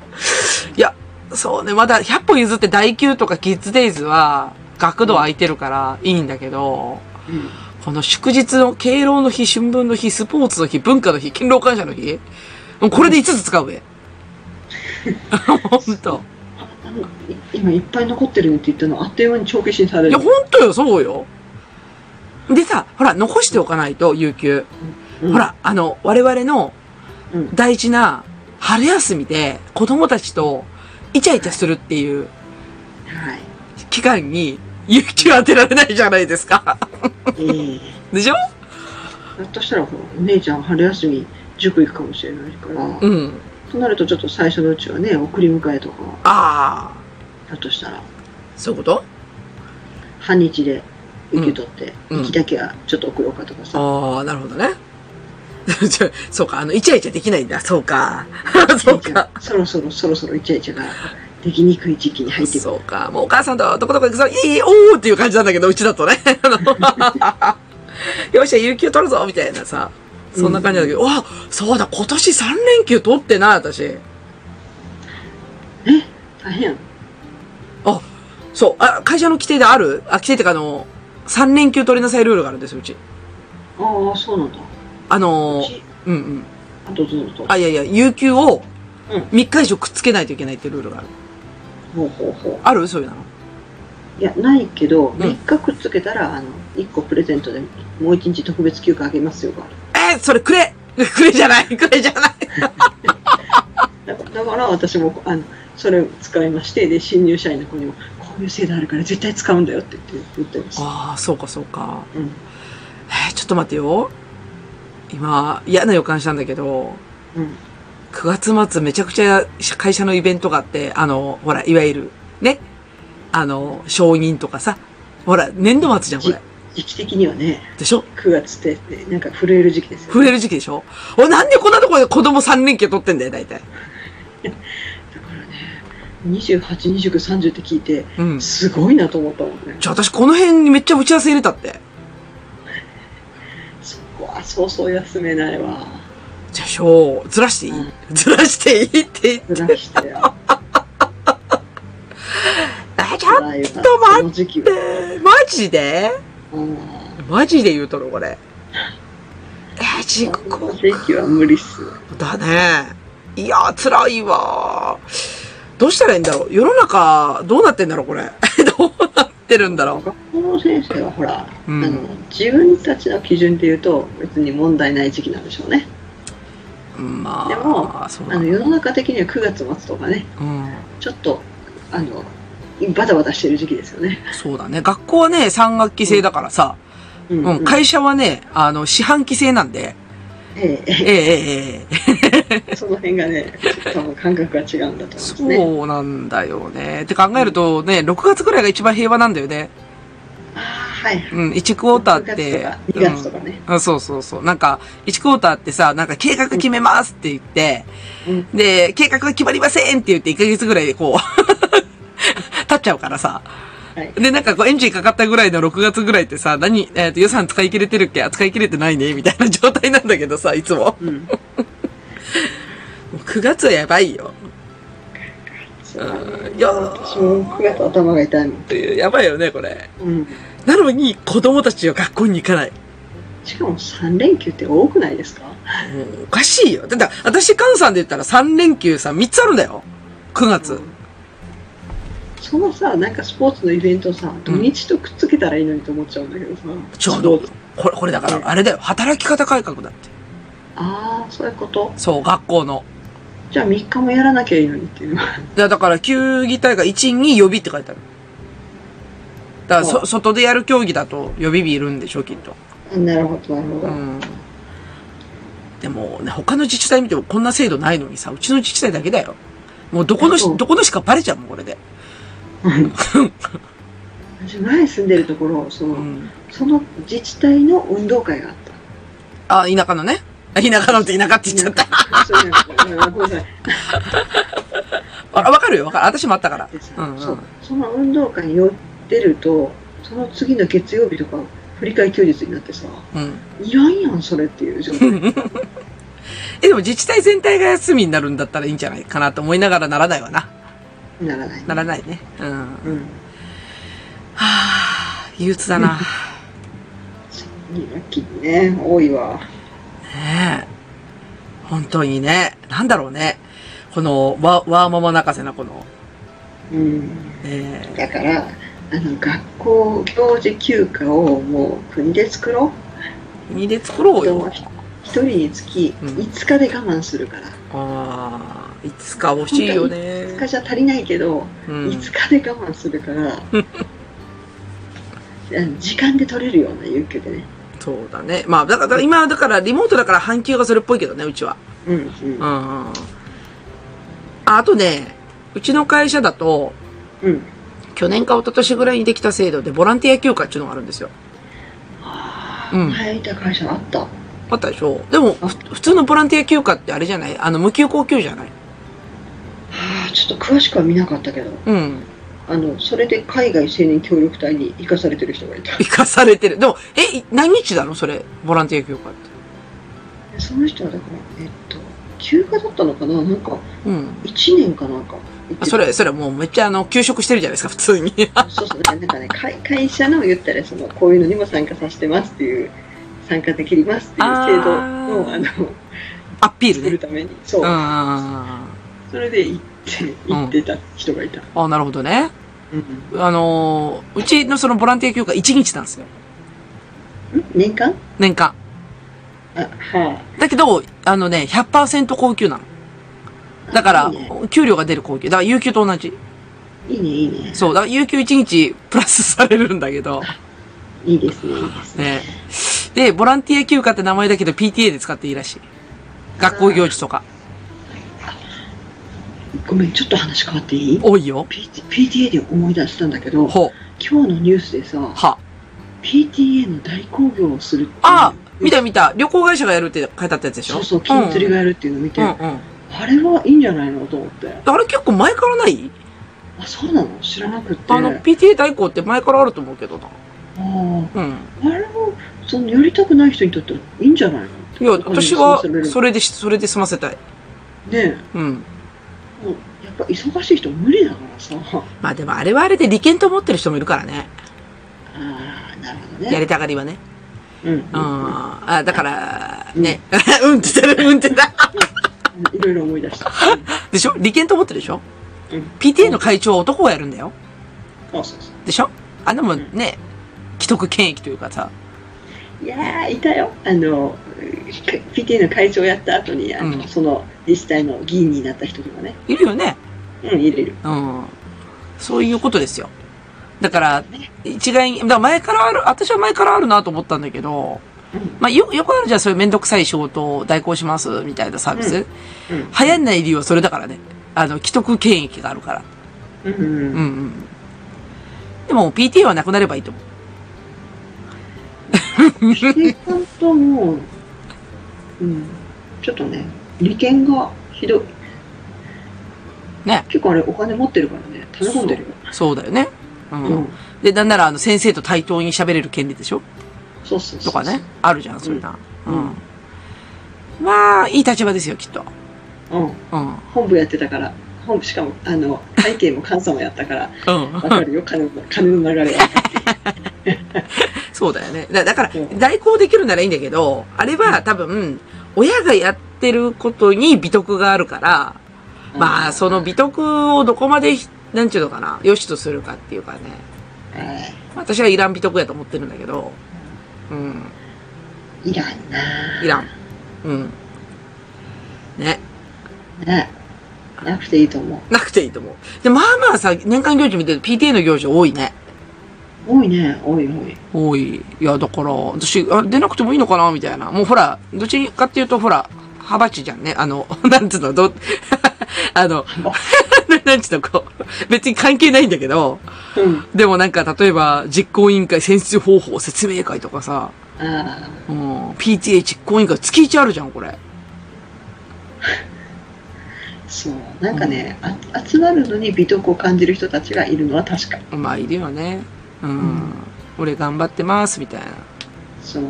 S2: や、そうね、まだ100歩譲って第9とかキッズデイズは、学童空いてるからいいんだけど、
S3: うん
S2: この祝日の敬老の日、春分の日、スポーツの日、文化の日、勤労感謝の日。もうこれで5つ使う べ。 ほんと。
S3: あのい今いっぱい残ってるねって言ったのあっという間に帳消しにされ
S2: いや、
S3: る
S2: ほんとよ、そうよ。でさ、ほら、残しておかないと、有給。
S3: うん
S2: ほら、あの、我々の
S3: うん
S2: 大事な春休みで子供たちとイチャイチャするっていう
S3: はい
S2: 期間に有給当てられないじゃないですか。
S3: ええ
S2: でしょ
S3: ひょっとしたらほらお姉ちゃん春休み塾行くかもしれないから、
S2: うん。
S3: となるとちょっと最初のうちはね送り迎えとか
S2: ああ、
S3: ひょっとしたら
S2: そういうこと
S3: 半日で受け取って、
S2: うんうん
S3: 行きだけはちょっと送ろうかとかさ、
S2: ああ、なるほどね。 ちょそうか、あの、イチャイチャできないんだ。そう か。そうか。
S3: そろそろそろそろイチャイチャができにくい時期に入ってくる
S2: そうか。もうお母さんとどこどこ行くぞ、いいいい、おーっていう感じなんだけど、うちだとね。 あのよっしゃ、有給取るぞみたいなさ。そんな感じだけど、わあ、そうだ、今年3連休取ってない、私。
S3: 大変
S2: あ、そう、あ、会社の規定であるあ、規定ってかあの、3連休取りなさいルールがあるんですよ、うち。
S3: ああそうなんだ
S2: あの
S3: うち
S2: ー、うんうん。
S3: あとずっと
S2: あ、いやいや、有給を
S3: うん
S2: 3日以上くっつけないといけないってルールがある。
S3: ほうほうほ
S2: あるそういうの。
S3: ういやないけど3日くっつけたら、あの1個プレゼントでもう1日特別休暇あげますよがある
S2: えーそれくれ くれじゃないくれ じゃない
S3: だからだから私もあのそれを使いましてで新入社員の子にもこういう制度あるから絶対使うんだよって言って言ってます、
S2: ああ、そうかそうか。
S3: うん、
S2: えーちょっと待ってよ。今、嫌な予感したんだけど、
S3: うん
S2: 9月末めちゃくちゃ会社のイベントがあって、あの、ほら、いわゆる、ね。あの、承認とかさ。ほら、年度末じゃん、これ。
S3: 時期的にはね
S2: でしょ
S3: 9月ってなんか震える時期ですよ、
S2: 震える時期でしょおい、なんでこんなところで子供3連休取ってんだよ、大体。
S3: だからね282930って聞いて
S2: うん。じ
S3: すごいなと思ったもんね
S2: ゃあ私この辺にめっちゃ打ち合わせ入れたって。
S3: そこはそうそう休めないわ
S2: じゃあ、しょう、ずらしていい、
S3: う
S2: ずらしていいって。
S3: ずらし てよ
S2: あ、ちょっ
S3: 辛いわ
S2: と待って
S3: この時期は
S2: と、マジで
S3: うん
S2: マジで言うとるこれ。えー、ちこ
S3: この
S2: こ
S3: 時期は無理っす
S2: だね。いやー、辛いわー。どうしたらいいんだろう世の中、どうなってんだろうこれ。 どうなってるんだろう
S3: 学校の先生はほら、
S2: うん
S3: あの自分たちの基準で言うと別に問題ない時期なんでしょうね
S2: うんまあ、
S3: でも
S2: そう
S3: あ
S2: だ
S3: の
S2: ね。
S3: 世の中的には9月末とかね
S2: うん。
S3: ちょっとあのバタバタしてる時期ですよね、
S2: そうだね。学校はね、3学期制だからさ。
S3: うん
S2: うん。会社はね、あの、四半期制なんで。
S3: ええ
S2: ええええええ
S3: その辺がね、多分感覚が違うんだと思うんですね。
S2: そうなんだよね。って考えるとね、6月くらいが一番平和なんだよね。
S3: ああ、はいはい。
S2: うん、1クォーターって。
S3: 2月とか2月とかね。
S2: あそうそうそう。なんか、1クォーターってさ、なんか計画決めますって言って、
S3: うん
S2: で、計画が決まりませんって言って1ヶ月ぐらいでこう、 経っちゃうからさ。
S3: はい
S2: で、なんかこうエンジンかかったぐらいの6月ぐらいってさ、何、えっ、と予算使い切れてるっけあ使い切れてないねみたいな状態なんだけどさ、いつも。も
S3: うん。
S2: う9月はやばいよ。
S3: そう
S2: いや
S3: 私も9月頭が痛いもん。
S2: ー、やばいよね、これ。
S3: うん。
S2: なのに、子供たちは学校に行かない。
S3: しかも3連休って多くないですか
S2: もうおかしいよ。だって、私、カンさんで言ったら3連休さ、3つあるんだよ。9月。
S3: そのさ、なんかスポーツのイベントさ、土日とくっつけたらいいのにと思っちゃうんだけどさ。
S2: ちょうど
S3: そう。
S2: これ、これだから、あれだよ。働き方改革だって。
S3: ああ、そういうこと。
S2: そう、学校の。
S3: じゃあ3日もやらなきゃいいのにっていうのは。
S2: だだから、球技大会1、2予備って書いてある。だから、
S3: う
S2: そ、外でやる競技だと予備日いるんでしょ、きっと。
S3: なるほど、なるほ
S2: う
S3: ど。
S2: ん。でも、ね、他の自治体見てもこんな制度ないのにさ、うちの自治体だけだよ。もうどこの
S3: そ
S2: し、
S3: う
S2: どこのしかバレちゃうもん、これで。
S3: 私前住んでるところ、そうの、
S2: ん。
S3: その自治体の運動会があった。
S2: あ、田舎のね。 あ田舎のって田舎って言っちゃった。
S3: そうなんかうんごめんなさい
S2: あ、わかるよ、わかる。私もあったから
S3: でさ。
S2: うん、う。
S3: そうんその運動会に寄ってるとその次の月曜日とか振り替え休日になってさ
S2: うん。
S3: いらんやんそれっていう状態
S2: え、でも自治体全体が休みになるんだったらいいんじゃないかなと思いながらならないわな。
S3: にならない、
S2: ならないね。うん。は
S3: うん、
S2: あ、憂鬱だな。
S3: ラッキーね、多いわ。
S2: ねえ。本当にね。なんだろうね。この、わ、わーママ泣かせなこの、
S3: うん。
S2: ね
S3: だから、あの、学校行事休暇をもう国で作ろ
S2: え。にで作ろ
S3: う。
S2: う
S3: 人は
S2: よ。
S3: 一人につき
S2: うん
S3: 5日で我慢するから。
S2: ああ、いつか欲しいよね。
S3: 5日じゃ足りないけど、
S2: うん
S3: 5日で我慢す るから、時間で取れるような有給でね。
S2: そうだね。まあ、だから、だから今、だから、リモートだから半休がそれっぽいけどね、うちは。
S3: うん
S2: うんうん。あ、あとね、うちの会社だと、
S3: うん。うん。
S2: 去年か一昨年ぐらいにできた制度で、ボランティア休暇っていうのがあるんですよ。
S3: あ
S2: うん
S3: ー前いた会社あった。
S2: あったでしょでも、ふ普通のボランティア休暇ってあれじゃないあの、無給高給じゃない
S3: あーちょっと詳しくは見なかったけど、
S2: うん。
S3: あの、それで海外青年協力隊に生かされてる人がいた。
S2: 生かされてる。でも、え、い何日なのそれ、ボランティア休暇って。
S3: その人はだから、えっと、休暇だったのかななんか、
S2: うん。
S3: 1年かなんか。
S2: あそれ、それもうめっちゃあの、休職してるじゃないですか、普通に。
S3: そうそう、なんかね、会会社の言ったら、その、こういうのにも参加させてますっていう、参加できますっていう制度
S2: あ
S3: を、
S2: ー
S3: あの、
S2: アピー
S3: 作
S2: ル
S3: る
S2: ね。
S3: ために、そうう、
S2: ん。
S3: それで行って、行ってた人がいた。
S2: あ、なるほどね。
S3: うん
S2: あのーうちのそのボランティア休暇1日なんですよ。
S3: 年間
S2: 年間。
S3: あ、は
S2: だけど、あのね、100%高級なの。
S3: い。
S2: だから
S3: いいね、
S2: 給料が出る高級。だから、有給と同じ。
S3: いいね、いいね。
S2: そう。だから、有給1日プラスされるんだけど。
S3: いいですね、いいですね。
S2: ね。で、ボランティア休暇って名前だけど、PTA で使っていいらしい。学校行事とか。
S3: ごめん、ちょっと話変わっていい
S2: 多いよ。
S3: PT ?PTA で思い出したんだけど、
S2: ほう。
S3: 今日のニュースでさ、
S2: は。
S3: PTA の大興行をするっていう
S2: ああ、見た見た。旅行会社がやるって書いてあったやつでしょ
S3: そうそう、金釣りがやるっていうのを見て、
S2: うんうんうん。
S3: あれはいいんじゃないのと思って。
S2: あれ結構前からない
S3: あ、そうなの知らなくって。
S2: あの、PTA 代行って前からあると思うけどな。う
S3: あ
S2: ん。
S3: ーあれも、その、やりたくない人にとってはいいんじゃないの
S2: いや、私は
S3: それ、
S2: それでし、それで済ませたい。
S3: ね
S2: うん。
S3: え、もうやっぱ忙しい人無理だからさ。
S2: まあでもあれはあれで利権と思ってる人もいるからね。
S3: ああ、なるほど
S2: や
S3: ね。
S2: りたがりはね。
S3: うん。う
S2: うん。
S3: ん
S2: あ、だから、ね。 うんって言ってる、うんって言った。
S3: いろいろ思い出した。
S2: でしょ利権と思ってるでしょ
S3: うん
S2: ?PTA の会長は男がやるんだよ。
S3: そうそうそ
S2: でしょあんなもんね、既得権益というかさ。
S3: う。いやー、いたよ。あの、PTA の会長やった後に、あの、
S2: うん
S3: その、自治体の議員になった人とかね。
S2: いるよね。
S3: うん、いるいる。
S2: うん。そういうことですよ。だから、
S3: ね
S2: 一概に、だから前からある、私は前からあるなと思ったんだけど、
S3: うん
S2: まあ、よ、よくあるじゃん、そういうめんどくさい仕事を代行します、みたいなサービス。
S3: うん
S2: 流行んない理由はそれだからね。あの、既得権益があるから。
S3: うんうん
S2: うんうん。でも、PTA はなくなればいいと思う。
S3: 本当もう、うん、ちょっとね、利権がひどい。
S2: ね
S3: 結構あれ、お金持ってるからね、溜め込んでるよ。
S2: そうだよね。う
S3: うんん。、
S2: で、なんなら、あの、先生と対等に喋れる権利でしょ
S3: そうそうそ
S2: と
S3: う。
S2: かね。あるじゃん、そういうな。う
S3: うんん。
S2: まあ、いい立場ですよ、きっと。
S3: う
S2: う
S3: ん。
S2: ん。
S3: 本部やってたから、本部、しかも、あの、会計も監査もやった から、
S2: うん
S3: わ。かるよ、金の、金の流れは。
S2: そうだよね。だだから
S3: う、ん
S2: 代行できるならいいんだけど、あれは多分、親がやってることに美徳があるから、まあ、その美徳をどこまでひ、なんちゅうのかな、良しとするかっていうかね。
S3: え
S2: 私はいらん美徳やと思ってるんだけど、うん、
S3: ーいらんな。
S2: いらん。うん。ね、
S3: ね。なくていいと思う。
S2: なくていいと思う。で、まあまあさ、年間行事見てると PTA の行事多いね。
S3: 多いね、多い多い。
S2: 多い。いや、だから、私、あ、出なくてもいいのかなみたいな。もうほら、どっちかっていうと、ほら、ハバチじゃんね。あの、 なんつうの、ど、あの、 なんつうの、こう、別に関係ないんだけど、
S3: うん。
S2: でもなんか、例えば、実行委員会選出方法説明会とかさ、
S3: あ
S2: うん、PTA 実行委員会月1あるじゃん、これ。
S3: あ、そう。なんかね、あ集まるのに美徳を感じる人たちがいるのは確か。
S2: まあ、いるよね。うん。
S3: ん
S2: 俺頑張ってます、みたいな。
S3: そう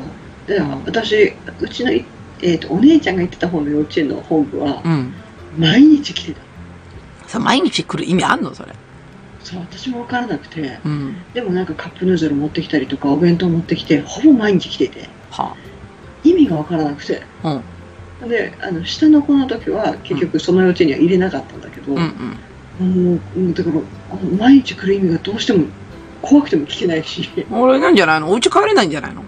S3: で私うちのい、えー、とお姉ちゃんが行ってた方の幼稚園の本部は
S2: うん。
S3: 毎日来てた
S2: さ、毎日来る意味あんのそれ。
S3: そう私も分からなくて
S2: うん。
S3: でもなんかカップヌードル持ってきたりとかお弁当持ってきてほぼ毎日来てて
S2: は
S3: 意味が分からなくて
S2: あ。うん。
S3: であの下の子の時は結局その予定には入れなかったんだけど、
S2: うんうん。
S3: もうもうだからあの毎日来る意味がどうしても怖くても聞けないし
S2: 俺なんじゃないのお家帰れないんじゃないの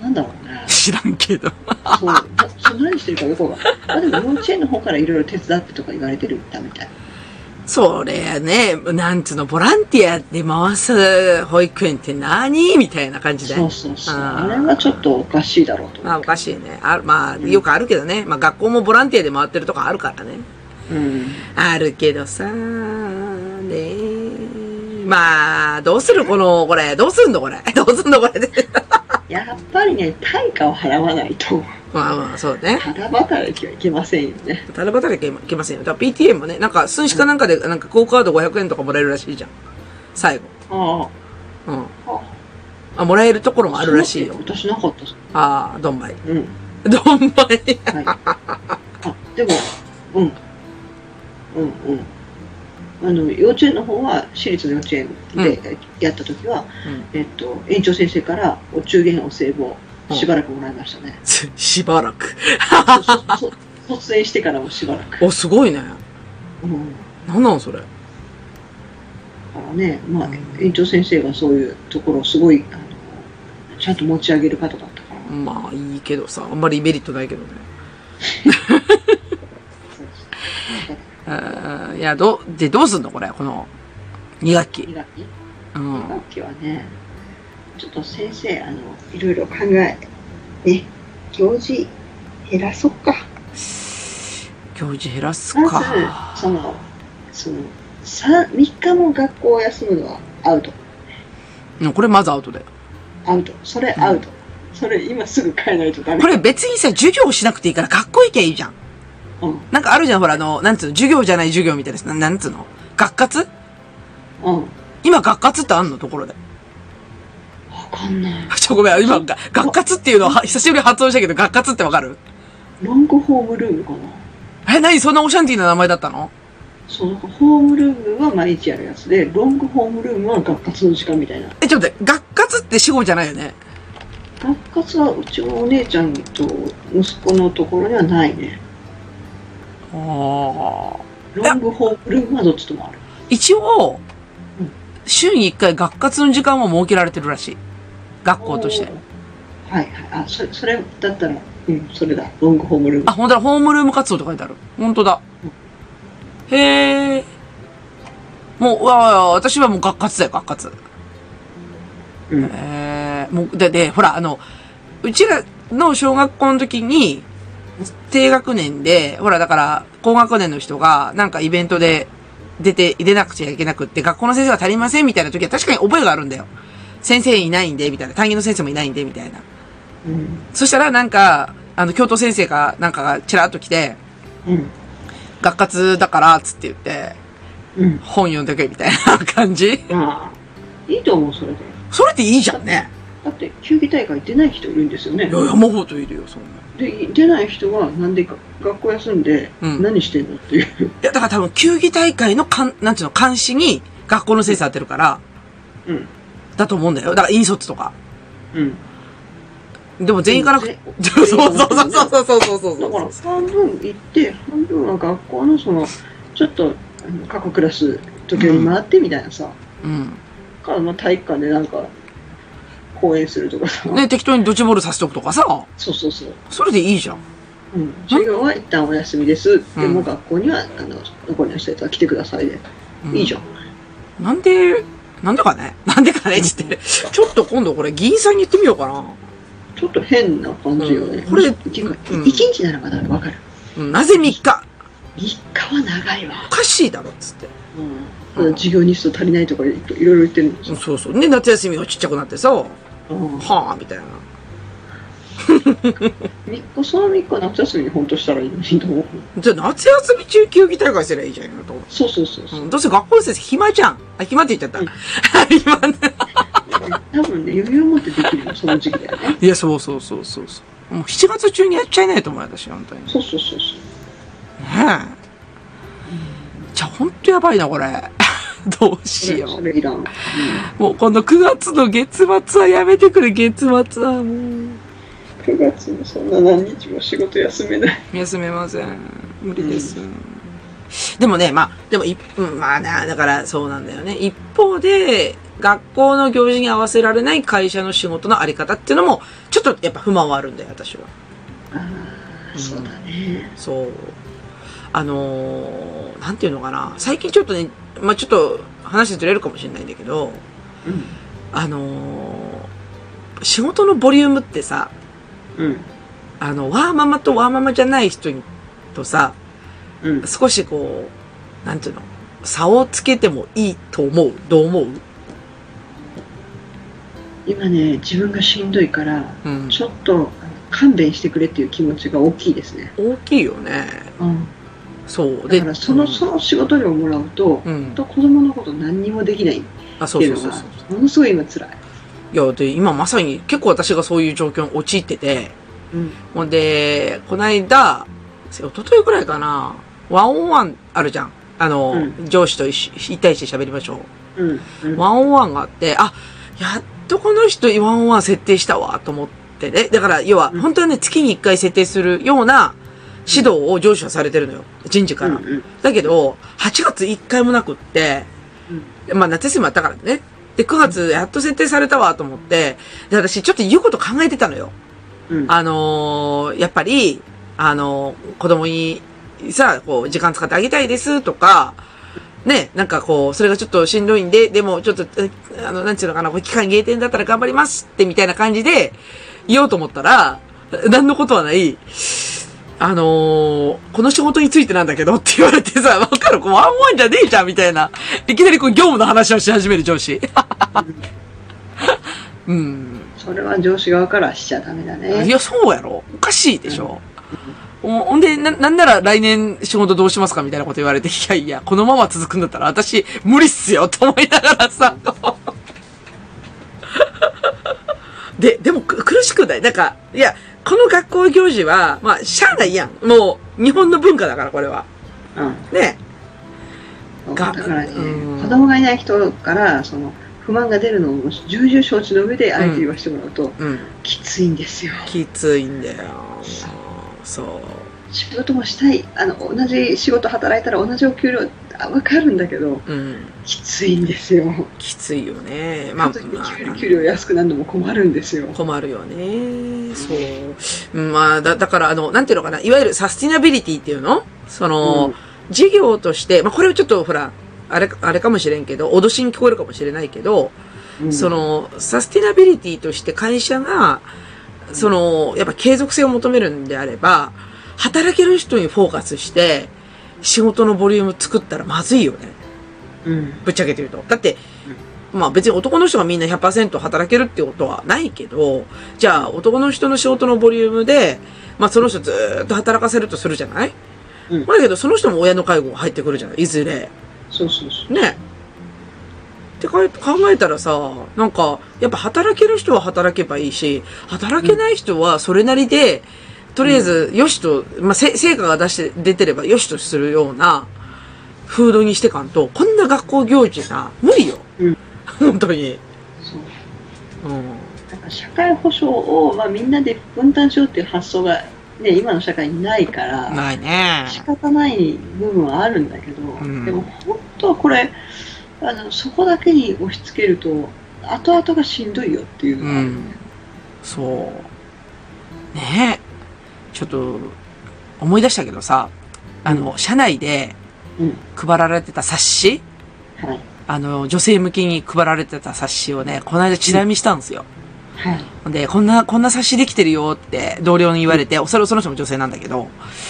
S3: なんだろ うね
S2: 知らんけど。
S3: そうだそう何してるかよくわかんないまあでも幼稚園の方からいろいろ手伝ってとか言われてるんだみたい
S2: それね、なんつうの、ボランティアで回す保育園って何みたいな感じで。
S3: そうそうそう
S2: あ
S3: あ
S2: ー
S3: れはちょっとおかしいだろうと
S2: まあ
S3: 思
S2: お
S3: う、
S2: かしいね。あまあ、
S3: うん
S2: よくあるけどね。まあ学校もボランティアで回ってるとかあるからね。
S3: うん、
S2: あるけどさ、ねえまあ、どうするこの、これ、どうすんのこれ。 どうすんのこれ。
S3: やっぱりね対価を払わないと
S2: まあまあ、そうね。
S3: ただ働きはいけませんよね
S2: ただ働きはいけませんよ。だから PTA もね、なんか、数式かなんかで、なんか、クオカード500円とかもらえるらしいじゃん。最後。
S3: あ
S2: うん。
S3: あ
S2: あ、もらえるところもあるらしいよ
S3: そう。私なかったぞ
S2: ああ、どんまい。
S3: うん
S2: どんまい。
S3: はい。あ、でも、うん。うんうん。あの、幼稚園の方は、私立の幼稚園でやった時は、えっと、園長先生からお中元お歳暮、
S2: うん
S3: しばらくもらいましたね。
S2: ししばらく。
S3: そそ卒園してからもしばらく。
S2: お、すごいね。
S3: うん。
S2: なんなんそれ。
S3: からね、まあ、園長先生がそういうところをすごい、あの、ちゃんと持ち上げる方だったから。
S2: まあ、いいけどさ、あんまりメリットないけどね。うんいや、どう、で、どうすんのこれ、この、2学期。
S3: 2学期
S2: うん。
S3: 学期はね、ちょっと先生、あの、いろいろ考え、ね、行事減らそっか。
S2: 教授減らす
S3: ま
S2: か
S3: ず、。その、その、三3日も学校を休むのはアウト。
S2: うんこれまずアウトだよ。
S3: アウト。それアウト。それ今すぐ変えないとダメ。
S2: これ別にさ、授業しなくていいから学校行けばいいじゃん。
S3: うん。
S2: なんかあるじゃん、ほら、あの、なんつうの、授業じゃない授業みたいなやつななんつうの学活
S3: うん。
S2: 今学活ってあんのところで。
S3: わかんない。
S2: ちょ、ごめん、今、
S3: そう
S2: が学活っていうのは久しぶりに発音したけど、学活ってわかる
S3: ロングホームルームかな。
S2: え、なにそんなオシャンティーな名前だったの
S3: そう、なんかホームルームは毎日やるやつで、ロングホームルームは学活の時間みたいな。
S2: え、ちょっと待って、学活って死後じゃないよね。
S3: 学活はうちのお姉ちゃんと息子のところにはないね。
S2: ああ。
S3: ロングホームルームはどっちともある。
S2: 一応
S3: うん、
S2: 週に一回学活の時間を設けられてるらしい。学校として。。
S3: はいはい。あ、それ、それだったら、うん、それだ。ロングホームルーム
S2: あ、。本当だ、ホームルーム活動って書いてある。本当だ。へえ。もう、うわあ、私はもう学活だよ、学活。
S3: うん
S2: えー、もう、で、で、ほら、あの、うちらの小学校の時に、低学年で、ほら、だから、高学年の人が、なんかイベントで出て、出なくちゃいけなくって、学校の先生が足りませんみたいな時は確かに覚えがあるんだよ。先生いないんで、みたいな。担任の先生もいないんで、みたいな。
S3: うん。
S2: そしたら、なんか、あの、教頭先生が、なんかが、ちらっと来て、
S3: うん。
S2: 学活だから、つって言って、
S3: うん。
S2: 本読んでけ、みたいな感じ。
S3: ああ。いいと思う、それで。
S2: それっていいじゃんね。
S3: だって、球技大会出ない人いるんですよね
S2: い。や、山ほどいるよ、そんな。
S3: で、出ない人は、なんでか、学校休んで、
S2: うん
S3: 何してんのっていう。
S2: いや、だから多分、球技大会のかん、なんていうの、監視に学校の先生当てるから、
S3: うん。
S2: だと思うんだよ。だから、引率とか。
S3: うん。
S2: でも全員行かなく
S3: で
S2: そうそうそうそうそうそうそうそう
S3: だから、半分行って、半分は学校の、その、ちょっと、あの過去クラス、時計回ってみたいなさ。
S2: うん。
S3: か、まあ、体育館でなんか、講演するとかさ。
S2: ね、適当にドッジボールさせておくとかさ、
S3: そうそうそう。
S2: それでいいじゃん。
S3: うん、授業は一旦お休みです、
S2: うん
S3: でも学校にはあの残りの人たちは来てくださいで、
S2: うん
S3: いいじゃん
S2: なんで、なんでかねなんでかねつって。ちょっと今度これ、議員さんに言ってみようかな。
S3: ちょっと変な感じよね、
S2: うんこれ
S3: ていうか
S2: うん
S3: 1日ならまだわかる
S2: うん、なぜ3日
S3: 3日は長いわ、
S2: おかしいだろ、つって。
S3: うんまだ授業日数足りないとかいろいろ言ってるんです
S2: うん
S3: よ、
S2: そうそう。ね、夏休みがちっちゃくなってさ、は
S3: うん、
S2: ぁ、みたいな。
S3: 3日その3日夏休みに本当したらいいと思う
S2: じゃあ、夏休み中球技大会すればいいじゃん、今と思って
S3: そうそうそうそう、
S2: うんどうせ学校の先生暇じゃん。あ、暇って言っちゃった。 暇ね。
S3: 多分ね余裕を持ってできるよその時期だよね
S2: いや、そうそうそうそうそう。もう7月中にやっちゃいないと思うよ、私、本当に。ね
S3: そうそうそうそう
S2: え。じゃあ、本当やばいな、これ。 どう
S3: そ
S2: し
S3: れ
S2: よ。
S3: そうれいらん、うん
S2: もう、この9月の月末はやめてくれ、月末はもう。
S3: 9月もそんな何日も仕事休めない。
S2: 休めません。無理です。でもね、まあ、でもい、うんまあな、だからそうなんだよね。一方で、学校の行事に合わせられない会社の仕事のあり方っていうのも、ちょっとやっぱ不満はあるんだよ、私は。
S3: ああ、そうだね。
S2: そう。あのーなんていうのかな。最近ちょっとね、まあちょっと話ずれるかもしれないんだけど、あのー仕事のボリュームってさ、
S3: うん。うん。
S2: あの、ワーママとワーママじゃない人にとさ、
S3: うん。
S2: 少しこう、なんていうの、差をつけてもいいと思う。どう思う
S3: 今ね、自分がしんどいから、
S2: うん。
S3: ちょっとあの勘弁してくれっていう気持ちが大きいですね。
S2: 大きいよね。
S3: うん。
S2: そう。
S3: だからその、
S2: うん
S3: その仕事量をもらうと、
S2: うん
S3: 本当子供のこと何にもできないっ
S2: あ、そ
S3: て
S2: う
S3: い
S2: そう
S3: う
S2: そ
S3: の
S2: うそ
S3: が
S2: う。、
S3: ものすごい今辛い。
S2: いや、で、今まさに結構私がそういう状況に陥ってて、
S3: うん。
S2: ほんで、こないだ、一昨日くらいかな、ワンオンワンあるじゃん。あの、
S3: う
S2: 上司と一緒一対一で喋りましょ
S3: うん。うん
S2: う。ワンオンワンがあって、あ、やっとこの人ワンオンワン設定したわ、と思ってね。だから、要は、
S3: うん
S2: 本当はね、月に一回設定するような指導を上司はされてるのよ。人事から。
S3: うんうん
S2: だけど、8月一回もなくって、
S3: うん
S2: まあ夏休みあったからね。で、9月やっと設定されたわ、と思って、で、私ちょっと言うこと考えてたのよ。
S3: うん
S2: あのーやっぱり、あのー子供に、さ、こう、時間使ってあげたいですとか、ね、なんかこう、それがちょっとしんどいんで、でもちょっと、えあの、なんちゅうのかな、これ期間限定だったら頑張りますってみたいな感じで言おうと思ったら、何のことはない、あのーこの仕事についてなんだけどって言われてさ、わかる、こうワンワンじゃねえじゃんみたいな。いきなりこう、業務の話をし始める上司。うん。
S3: それは上司側からしちゃダメだ
S2: い
S3: ね。
S2: や、そうやろおかしいでしょ、おほんで、な、なんなら来年仕事どうしますかみたいなこと言われて、いやいや、このまま続くんだったら私無理っすよと思いながらさ。で、でもく苦しくないなんか、いや、この学校行事は、まあ、しゃあないやん。もう、日本の文化だから、これは。
S3: うん。
S2: ね。
S3: そう
S2: が
S3: だからね、
S2: うん
S3: 子供がいない人からその不満が出るのを重々承知の上で相手に言わせてもらうと、
S2: うん。
S3: きついんですよ
S2: きついんだよ。そう。
S3: 仕事もしたいあの同じ仕事働いたら同じお給料あ分かるんだけど
S2: うん。
S3: きついんですよ、
S2: きついよね。ま
S3: ま
S2: あ、
S3: あ、給
S2: まあ
S3: 料給料安くなるのも困るんですよ、
S2: 困るよね。そう。まあ、だ、だから、あの、なんていうのかな、いわゆるサスティナビリティっていうのその、
S3: うん
S2: 事業として、まあ、これはちょっと、ほら、あれ、あれかもしれんけど、脅しに聞こえるかもしれないけど、
S3: うん
S2: その、サスティナビリティとして会社が、その、やっぱ継続性を求めるんであれば、働ける人にフォーカスして、仕事のボリューム作ったらまずいよね。
S3: うん
S2: ぶっちゃけて言うと。だって、まあ別に男の人がみんな100%働けるってことはないけど、じゃあ男の人の仕事のボリュームで、まあその人ずーっと働かせるとするじゃない、
S3: うん
S2: まあだけどその人も親の介護が入ってくるじゃないいずれ。
S3: そうそうそう
S2: ね。ってか考えたらさ、なんか、やっぱ働ける人は働けばいいし、働けない人はそれなりで、とりあえず、よしと、まあ、せ成果が出して、出てればよしとするような、風土にしてかんと、こんな学校行事さ、無理よ。
S3: うん
S2: 本当に。
S3: そう
S2: うん。
S3: なんか社会保障を、まあ、みんなで分担しようっていう発想が、ね、今の社会にないから
S2: ないね。
S3: 仕方ない部分はあるんだけど、
S2: ん
S3: でも本当はこれあのそこだけに押し付けると後々がしんどいよっていうの
S2: う
S3: は、
S2: ん。そう。ねえ。ちょっと、思い出したけどさ、あの、社内で
S3: うん
S2: 配られてた冊子、
S3: はい
S2: あの、女性向きに配られてた冊子をね、この間チラ見したんですよ。
S3: はい、
S2: で、こんな、こんな冊子できてるよって同僚に言われて、それその人も女性なんだけど、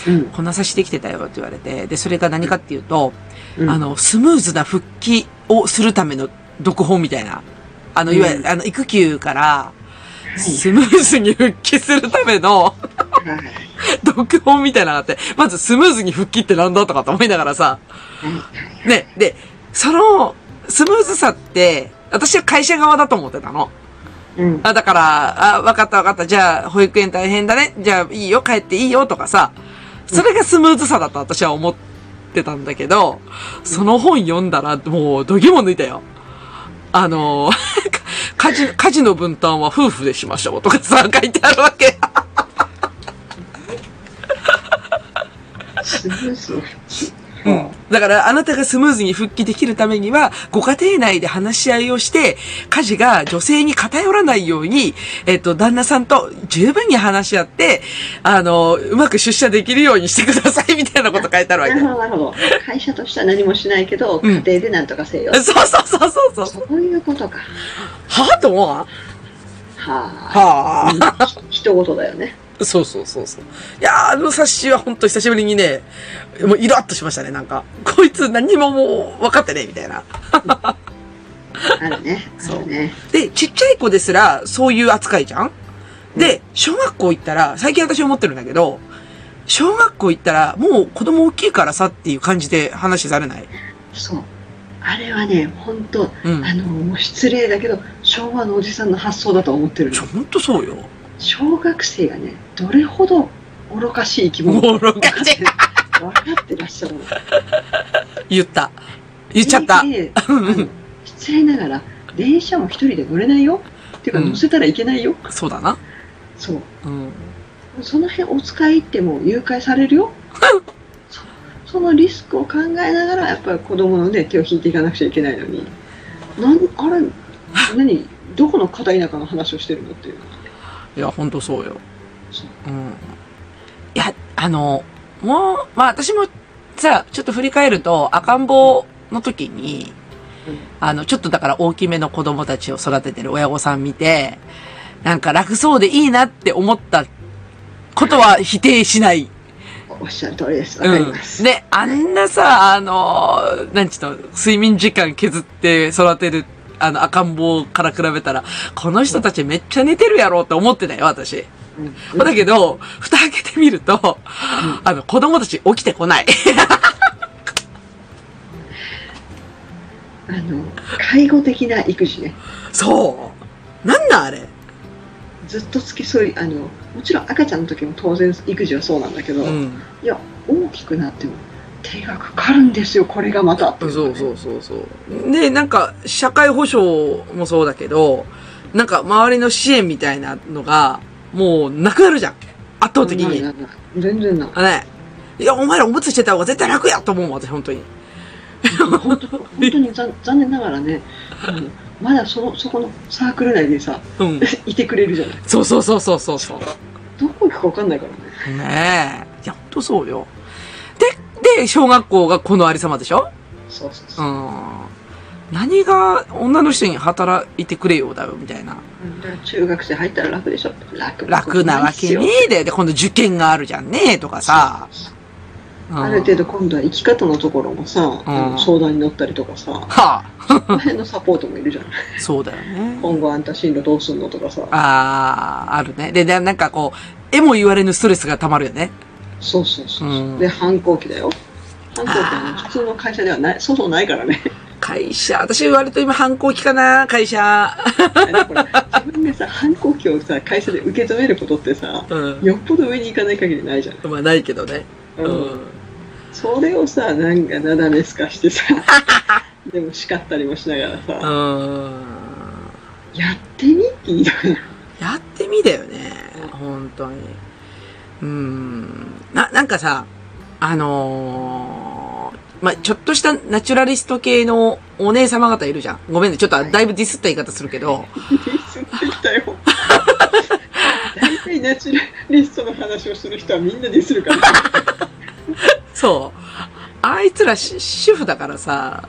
S3: うん
S2: こんな冊子できてたよって言われて、で、それが何かっていうと、
S3: うん
S2: あの、スムーズな復帰をするための読本みたいな。あの、いわゆる、
S3: うん
S2: あの、育休から、
S3: はい
S2: スムーズに復帰するための
S3: はい
S2: 読本みたいなのがあって、まずスムーズに復帰ってなんだとかと思いながらさ、
S3: はい
S2: ね、で、その、スムーズさって、私は会社側だと思ってたの。
S3: うん
S2: あ、だから、あ、わかったわかった。じゃあ、保育園大変だね。じゃあ、いいよ、帰っていいよ、とかさ。それがスムーズさだと私は思ってたんだけど、その本読んだら、もう、どぎも抜いたよ。あ の、家事、家事の分担は夫婦でしましょうとかさ、書いてあるわけ。
S3: スムーズの復帰。
S2: うん。だから、あなたがスムーズに復帰できるためには、ご家庭内で話し合いをして、家事が女性に偏らないように、えっと、旦那さんと十分に話し合って、あの、うまく出社できるようにしてください、みたいなこと書いてあるわ
S3: な
S2: け。
S3: るほど、なるほど。会社としては何もしないけど、
S2: う
S3: 家
S2: ん
S3: 庭で何とかせよ。
S2: そうそうそうそうそう。
S3: そういうことか。
S2: はぁと思うわ。
S3: は
S2: はぁ。
S3: あ。ひと事だよね。
S2: そうそうそうそう。いやー、あの冊子は本当久しぶりにね、もうイラッとしましたね、なんか。こいつ何にももう分かってね、みたいな。
S3: あるね。
S2: そう
S3: あるね。
S2: で、ちっちゃい子ですら、そういう扱いじゃんで、小学校行ったら、最近私思ってるんだけど、小学校行ったら、もう子供大きいからさっていう感じで話されない。
S3: そう。あれはね、本当
S2: うん
S3: あ。の、もう失礼だけど、昭和のおじさんの発想だと思ってるの
S2: ちょ、。ほんとそうよ。
S3: 小学生がね、どれほど愚かしい生き物
S2: もう、
S3: か。
S2: 6回
S3: 分かってらっしゃるの。
S2: 言った。言っちゃった。
S3: 平気であの失礼ながら、電車も一人で乗れないよ。っていうか、
S2: うん
S3: 乗せたらいけないよ。
S2: そうだな。
S3: そう。
S2: うん。
S3: その辺お使い行っても誘拐され るよ。そそのリスクを考えながら、やっぱり子供のね、手を引いていかなくちゃいけないのに。なん、あれ、何、どこの片田舎の話をしてるのっていう。
S2: いや、ほんとそうよ。
S3: そ
S2: う
S3: う
S2: ん。いや、あの、もう、まあ私もさ、ちょっと振り返ると赤ん坊の時に、
S3: うん
S2: あの、ちょっとだから大きめの子供たちを育ててる親御さん見て、なんか楽そうでいいなって思ったことは否定しない。
S3: おっしゃる通りです。わかり
S2: うん
S3: ます。。
S2: で、あんなさ、あの、なんちゅうの、睡眠時間削って育てる、あの赤ん坊から比べたら、この人たちめっちゃ寝てるやろうって思ってたよ、私。
S3: うん
S2: まあだけど、蓋開けてみると、あの、子供たち起きてこない。
S3: あの、介護的な育児ね。
S2: そう。なんだあれ。
S3: ずっと付き添い、あの、もちろん赤ちゃんの時も当然育児はそうなんだけど、
S2: うん。
S3: いや、大きくなっても手がかかるんですよ、これがまた。
S2: そう
S3: う。
S2: そうそうそう。で、なんか、社会保障もそうだけど、なんか、周りの支援みたいなのが、もう、なくなるじゃん。圧倒的
S3: ないな
S2: に。
S3: いない全然ない。
S2: あね。いや、お前らおむつしてた方が絶対楽やと思うわ、私、本当に。
S3: 本当本 当に残残念ながらね、あのまだそのそこのサークル内でさ、
S2: うん。
S3: いてくれるじゃない。
S2: そうそうそうそうそうそう。
S3: どこ行くか分かんないからね。
S2: ねえ。いや、ほんとそうよ。で、で、小学校がこのありさまでしょ
S3: そうそう
S2: う
S3: そう。
S2: ん。何が女の人に働いてくれよだよ、みたいな。
S3: だから中学生入ったら楽でしょ。楽
S2: 楽なわけねえで、で、今度受験があるじゃんねえとかさ。うん
S3: ある程度今度は生き方のところもさ、あの相談に乗ったりとかさ、
S2: はあ、
S3: その辺のサポートもいるじゃない。
S2: そうだよね。
S3: 今後あんた進路どうすんのとかさ。
S2: ああ、あるね。で、でなんかこう、えも言われぬストレスが溜まるよね。
S3: そうそうそうそう。
S2: うん
S3: で、反抗期だよ。反抗期はね普通の会社ではない、そうそうないから ね。
S2: 会社、私割と今反抗期かな、会社。
S3: これ自分でさ、反抗期をさ、会社で受け止めることってさ、
S2: うん。
S3: よっぽど上に行かない限りないじゃん。
S2: まあないけどね。う
S3: うん
S2: ん。
S3: それをさ、なんかなだめすかして さ、でも叱ったりもしながら
S2: う
S3: さ、
S2: ん。
S3: やってみって言いたくなる。
S2: やってみだよね。本当に。うーん。な、なんかさ、あのーまあ、ちょっとしたナチュラリスト系のお姉様方いるじゃん。ごめんね。ちょっと
S3: はい
S2: だいぶディスった言い方するけど。
S3: ディスってきたよ。大体ナチュラリストの話をする人はみんなディスるから。
S2: そう。あいつらし主婦だからさ、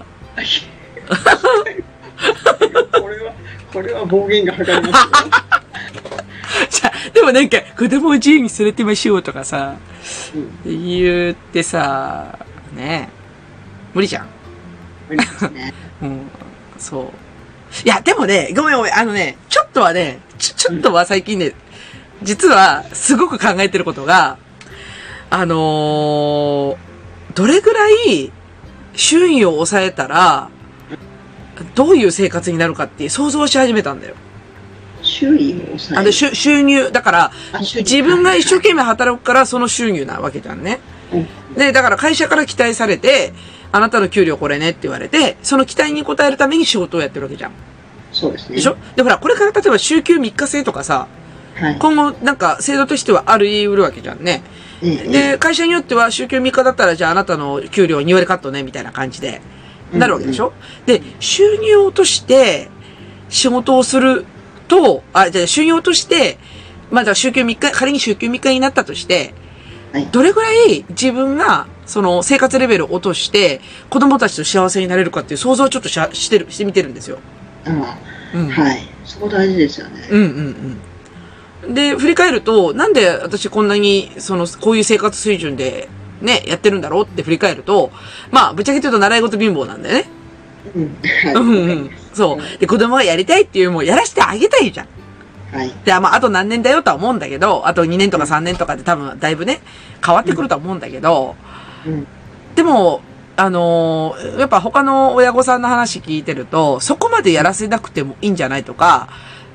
S3: これは、これは暴言がかかりますよ。
S2: じゃあでもなんか、子供を自由に連れてましょうとかさ、
S3: うん
S2: 言ってさ、ね無理じゃん。
S3: ありますね。
S2: うん、そう。いや、でもね、ごめんごめん、あのね、ちょっとはね、ちょ、ちょっとは最近ね、実はすごく考えてることが、あのーどれぐらい周囲を抑えたら、どういう生活になるかって想像し始めたんだよ。
S3: 周囲を抑
S2: あ
S3: え
S2: の、収収入、だから、
S3: あ周囲
S2: 自分が一生懸命働くからその収入なわけじゃんね。
S3: うん
S2: で、だから会社から期待されて、あなたの給料これねって言われて、その期待に応えるために仕事をやってるわけじゃん。
S3: そうですね。
S2: でしょで、ほら、これから例えば週休3日制とかさ、
S3: はい。
S2: 今後、なんか、制度としてはあり得るわけじゃんね。
S3: ええ、ええ
S2: で、会社によっては、週休3日だったら、じゃああなたの給料2割カットね、みたいな感じで、なるわけでしょ、で、収入を落として、仕事をすると、あ、じゃあ収入を落として、まあ、じゃあ週休3日、仮に週休3日になったとして、
S3: はい
S2: どれぐらい自分が、その、生活レベルを落として、子供たちと幸せになれるかっていう想像をちょっとしゃしてる、してみてるんですよ。
S3: あ
S2: うん。
S3: あはい。そこ大事ですよね。
S2: うんうんうん。で、振り返ると、なんで私こんなに、その、こういう生活水準で、ね、やってるんだろうって振り返ると、まあ、ぶっちゃけ言うと習い事貧乏なんだよね。
S3: うん。はい。
S2: うんうん。そう。で、子供がやりたいっていう、もうやらせてあげたいじゃん。
S3: はい。
S2: で、まあ、あと何年だよとは思うんだけど、あと2年とか3年とかで多分、だいぶね、変わってくるとは思うんだけど、
S3: うん。
S2: でも、あのーやっぱ他の親御さんの話聞いてると、そこまでやらせなくてもいいんじゃないとか、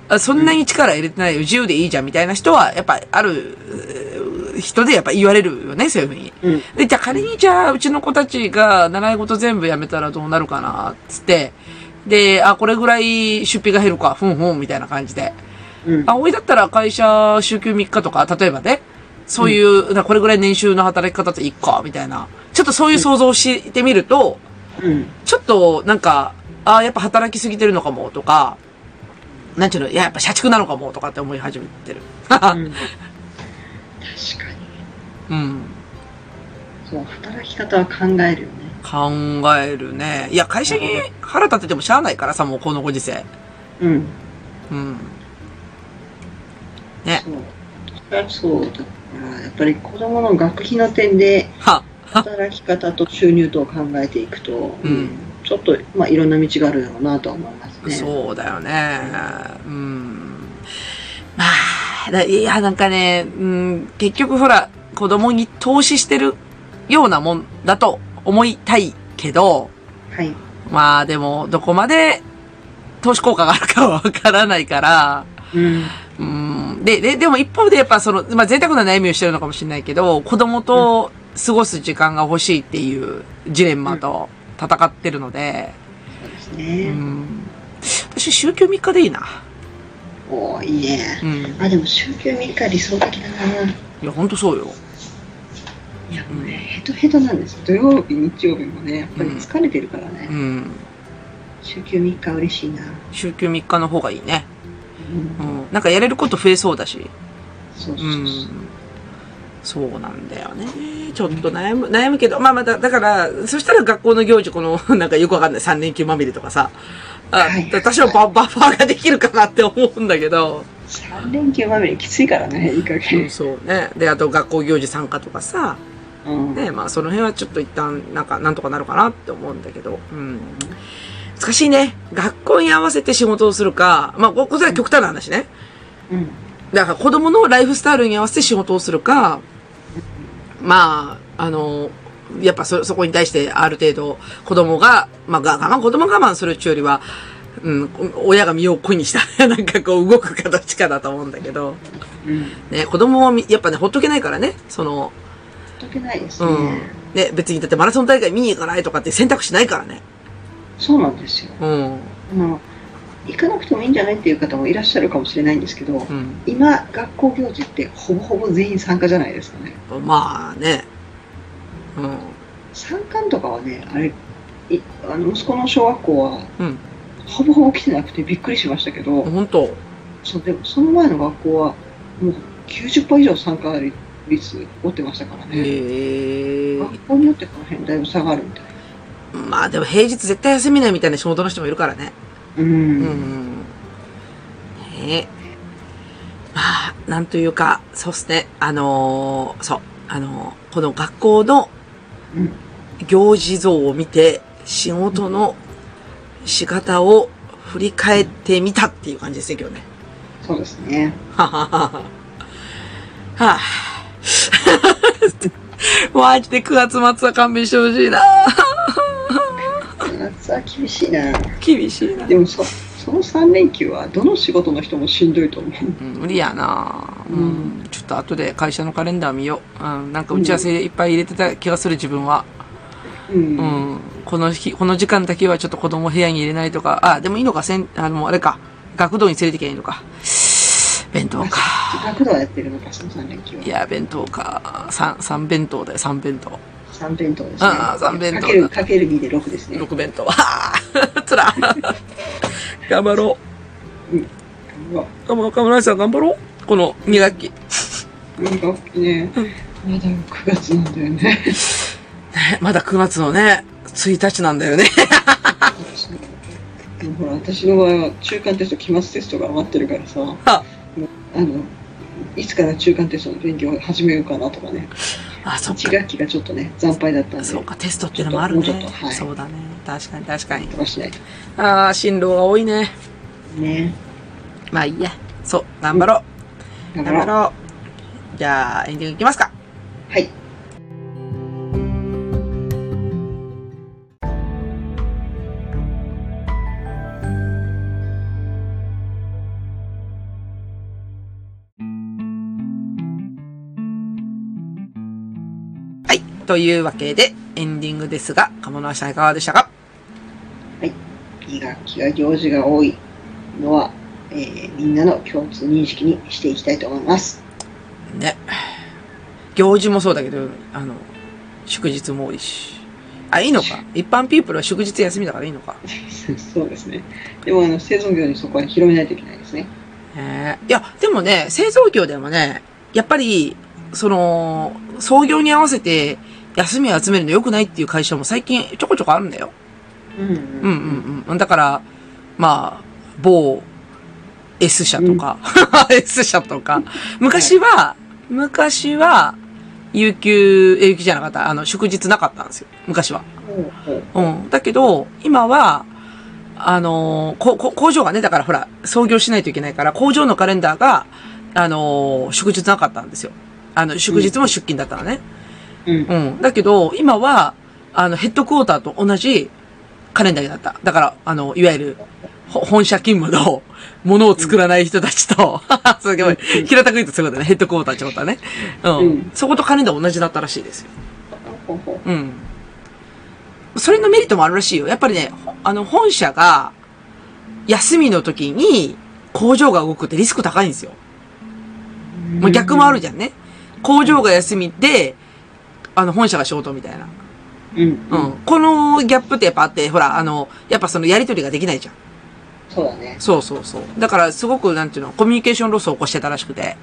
S2: あそんなに力入れてないよ、自由でいいじゃんみたいな人は、やっぱある、うー人でやっぱ言われるよね、そういうふうに。
S3: うん。
S2: で、じゃあ仮にじゃあ、うちの子たちが習い事全部やめたらどうなるかな、つって。で、あ、これぐらい出費が減るか、ふんふん、みたいな感じで。
S3: うん。
S2: あ、おいだったら会社週休3日とか、例えばね、そういう、なこれぐらい年収の働き方っていいか、みたいな。ちょっとそういう想像をしてみると、
S3: うん。
S2: ちょっとなんか、ああ、やっぱ働きすぎてるのかも、とか、なんちゅうの、いや、やっぱ社畜なのかも、とかって思い始めてる。
S3: うん確かに。
S2: うん。
S3: そう、働き方は考えるよね。
S2: 考えるね。いや、会社に腹立ててもしゃあないからさ、もうこのご時世。
S3: うん。
S2: うん。
S3: そう。そうだから、やっぱり子供の学費の点で、
S2: は、
S3: 働き方と収入とを考えていくと、
S2: うん
S3: ちょっと、まあ、いろんな道があるだろうなとは思いますね。
S2: そうだよね。うん。まあ、だいや、なんかね、うん、結局ほら、子供に投資してるようなもんだと思いたいけど、
S3: はい。
S2: まあでも、どこまで投資効果があるかはわからないから、
S3: うん。
S2: うんで、で、でも一方でやっぱその、まあ、贅沢な悩みをしてるのかもしれないけど、子供と過ごす時間が欲しいっていうジレンマと戦ってるので、
S3: そうです
S2: う
S3: ね。
S2: ん。私、週休3日でいいな。
S3: おーいいね。
S2: うん。い
S3: あ、でも、週休3日理想的だな。
S2: や、ほんとそうよ。
S3: いや、もうね、ヘトヘトなんです。土曜日、日曜日もね、やっぱり疲れてるからね。
S2: うん。
S3: 週休3日嬉しいな。
S2: 週休3日の方がいいね。
S3: うん
S2: う。ん。なんかやれること増えそうだし。
S3: そうそう
S2: う
S3: そう。
S2: ん。そうなんだよね。ちょっと悩む、悩むけど、まあまあだ、だから、そしたら学校の行事、この、 なんかよくわかんない3連休まみれとかさ、あ
S3: はい
S2: 私はババッファーができるかなって思うんだけど、
S3: 3連休まみれきついからね、いい加減。
S2: そうね。で、あと学校行事参加とかさ、
S3: うん。
S2: ね、まあその辺はちょっと一旦、なんか、なんとかなるかなって思うんだけど、うん。難しいね。学校に合わせて仕事をするか、まあ、ここれは極端な話ね。
S3: うん。
S2: だから子供のライフスタイルに合わせて仕事をするか、まあ、あの、やっぱそ、そこに対してある程度子供が、まあ、が我慢、子供が我慢するっちゅうよりは、うん、親が身を粉にした なんかこう動く形かだと思うんだけど、
S3: うん。
S2: ね、子供はみやっぱね、ほっとけないからね、その、
S3: 解けないです
S2: う
S3: ね。
S2: ん。ね、別にだってマラソン大会見に行かないとかって選択肢ないからね。
S3: そうなんですよ。
S2: うん。
S3: あの行かなくてもいいんじゃないっていう方もいらっしゃるかもしれないんですけど、
S2: うん。
S3: 今学校行事ってほぼほぼ全員参加じゃないですかね
S2: まあね。うん。
S3: 参観とかはねあれいあの息子の小学校は
S2: うん。
S3: ほぼほぼ来てなくてびっくりしましたけど、
S2: 本当
S3: そうでもその前の学校はもう90%以上参加率起こってましたからね、
S2: ええ
S3: 学校によってこの辺だいぶ下があるみたい
S2: まあでも平日絶対休みないみたいな仕事の人もいるからね。
S3: うん、、
S2: うんん。ねえ。まあ、なんというか、そうっすね。あのーそう。あのーこの学校の
S3: うん
S2: 行事像を見て、仕事の仕方を振り返ってみたっていう感じですね、今日ね。
S3: そうですね
S2: はははははあ。 マジで9月末は勘弁してほしいな。
S3: 夏は厳しいな
S2: 厳しいな。
S3: でもそその3連休はどの仕事の人もしんどいと思う
S2: うん無理やな、うんん、ちょっと後で会社のカレンダー見よう、うん、なんか打ち合わせいっぱい入れてた気がする自分は、
S3: うん
S2: うんこの日この時間だけはちょっと子供部屋に入れないとかあでもいいのかせんあのあれか学童に連れてきゃいいのか弁当か。
S3: 学童はやってるのか、その3連休
S2: い
S3: は。
S2: や、弁当か。三、三弁当だよ、三弁当。
S3: 3弁当ですね。
S2: ああ三弁当だ
S3: かける、かける2で6ですね。
S2: 六弁当。は あつら。頑張ろ
S3: うわ
S2: う。頑張ろう、岡村さん頑張ろう。この2学期。
S3: なんかね、まだ9月なんだよね。
S2: ねまだ9月のね、1日なんだよね。
S3: でもほら、私の場合は中間テスト、期末テストが余ってるからさ、
S2: あ
S3: もうあの、いつから中間テストの勉強を始めようかなとかね、
S2: あ、そっ
S3: 1
S2: か。
S3: 学期がちょっとね、惨敗だったんで、
S2: そう
S3: と
S2: か、テストっていうのもある
S3: ちょっと
S2: ね
S3: もうちょっと。はい
S2: そうだね。確かに、確かに。
S3: かしないと。
S2: ああ、進路が多いね。
S3: ね
S2: まあいいや。そう、頑張ろ
S3: だ
S2: う。
S3: か
S2: 頑張
S3: ら、
S2: ろう。じゃあ、エンディングいきますか。
S3: はい。
S2: はい。というわけで、エンディングですが、鴨の足さんいかがでしたか
S3: いい楽器が行事が多いのは、えーみんなの共通認識にしていきたいと思います。
S2: ね。行事もそうだけど、あの、祝日も多いし。あ、いいのか。一般ピープルは祝日休みだからいいのか。
S3: そうですね。でも、あの、生存業にそこは広めないといけないですね。
S2: ねいや、でもね、製造業でもね、やっぱり、その、創業に合わせて休みを集めるの良くないっていう会社も最近ちょこちょこあるんだよ。
S3: うんうん
S2: うんうんうん。だから、まあ、某 S 社とか、S 社とか、昔は、昔は、有給、え有給じゃなかった、あの、祝日なかったんですよ。昔は。
S3: うんうん
S2: うん。だけど、今は、あのーここ工場がね、だからほら、創業しないといけないから、工場のカレンダーが、あのー祝日なかったんですよ。あの、祝日も出勤だったのね。
S3: うん
S2: うん。だけど、今は、あの、ヘッドクォーターと同じカレンダーになった。だから、あの、いわゆる、ほ本社勤務の ものを作らない人たちと、 すごい、平たく言うとそういうことね、ヘッドクォーターってことはね。うん。
S3: うん
S2: そことカレンダー同じだったらしいですよ。
S3: ほうほう
S2: うん。それのメリットもあるらしいよ。やっぱりね、ほあの、本社が、休みの時に工場が動くってリスク高いんですよ。もう逆もあるじゃんね。工場が休みで、あの、本社が仕事みたいな。
S3: うんう
S2: うんん。このギャップってやっぱあって、ほら、あの、やっぱそのやりとりができないじゃん。
S3: そうだね
S2: そうそうそう。だからすごく、なんていうの、コミュニケーションロスを起こしてたらしくて。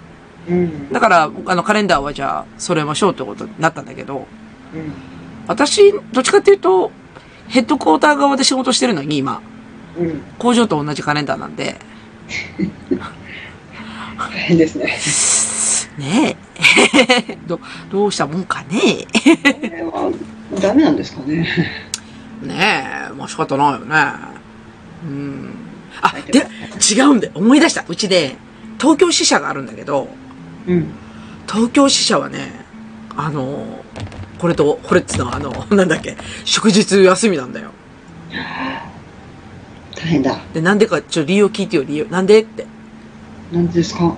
S3: うん
S2: だから、あの、カレンダーはじゃあ、それましょうってことになったんだけど、
S3: うん
S2: 私、どっちかっていうと、ヘッドクォーター側で仕事してるのに、今、
S3: うん
S2: 工場と同じカレンダーなんで、
S3: 大変ですね
S2: ねえ、 ど、どうしたもんかね
S3: これはダメなんですかね
S2: え。ねえ、まあ仕方ないよね。うん。あ、で、違うんだよ。思い出した。うちで、東京支社があるんだけど、
S3: うん
S2: 東京支社はね、あの、これと、これっつうのは、あの、なんだっけ、祝日休みなんだよ。
S3: 大変だ
S2: で、なんでか、ちょ、理由を聞いてよ、理由。なんでって。
S3: なんでですか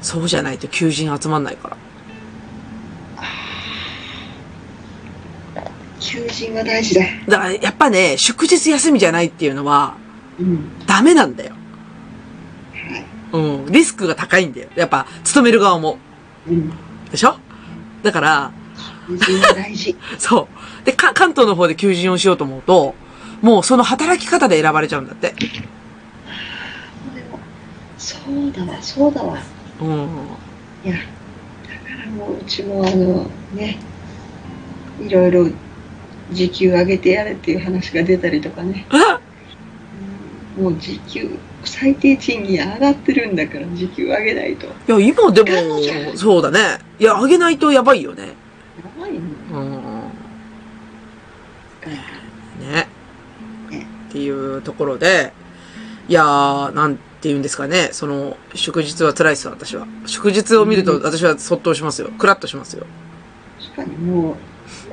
S2: そうじゃないと求人集まんないから。
S3: 求人が大事だ
S2: だから、やっぱね、祝日休みじゃないっていうのは、
S3: うん
S2: ダメなんだよ。うん。リスクが高いんだよ。やっぱ、勤める側も。
S3: うん
S2: でしょだから、
S3: 求人が大事
S2: そう。で、か関東の方で求人をしようと思うと、もうその働き方で選ばれちゃうんだって。
S3: でもそうだわそうだわ
S2: うん。
S3: いやだからもううちもあのねいろいろ時給上げてやれっていう話が出たりとかね
S2: あ
S3: もう時給最低賃金上がってるんだから時給上げないとや
S2: いや、今でも、そうだね。いや、上げないとやばいよね。
S3: ばいね
S2: うん。
S3: なんか
S2: ね。
S3: ね
S2: っていうところで、いやー、なんて言うんですかね。その、祝日は辛いですよ、私は。祝日を見ると、
S3: うん
S2: 私はそっとしますよ。クラッとしますよ。
S3: 確かにもう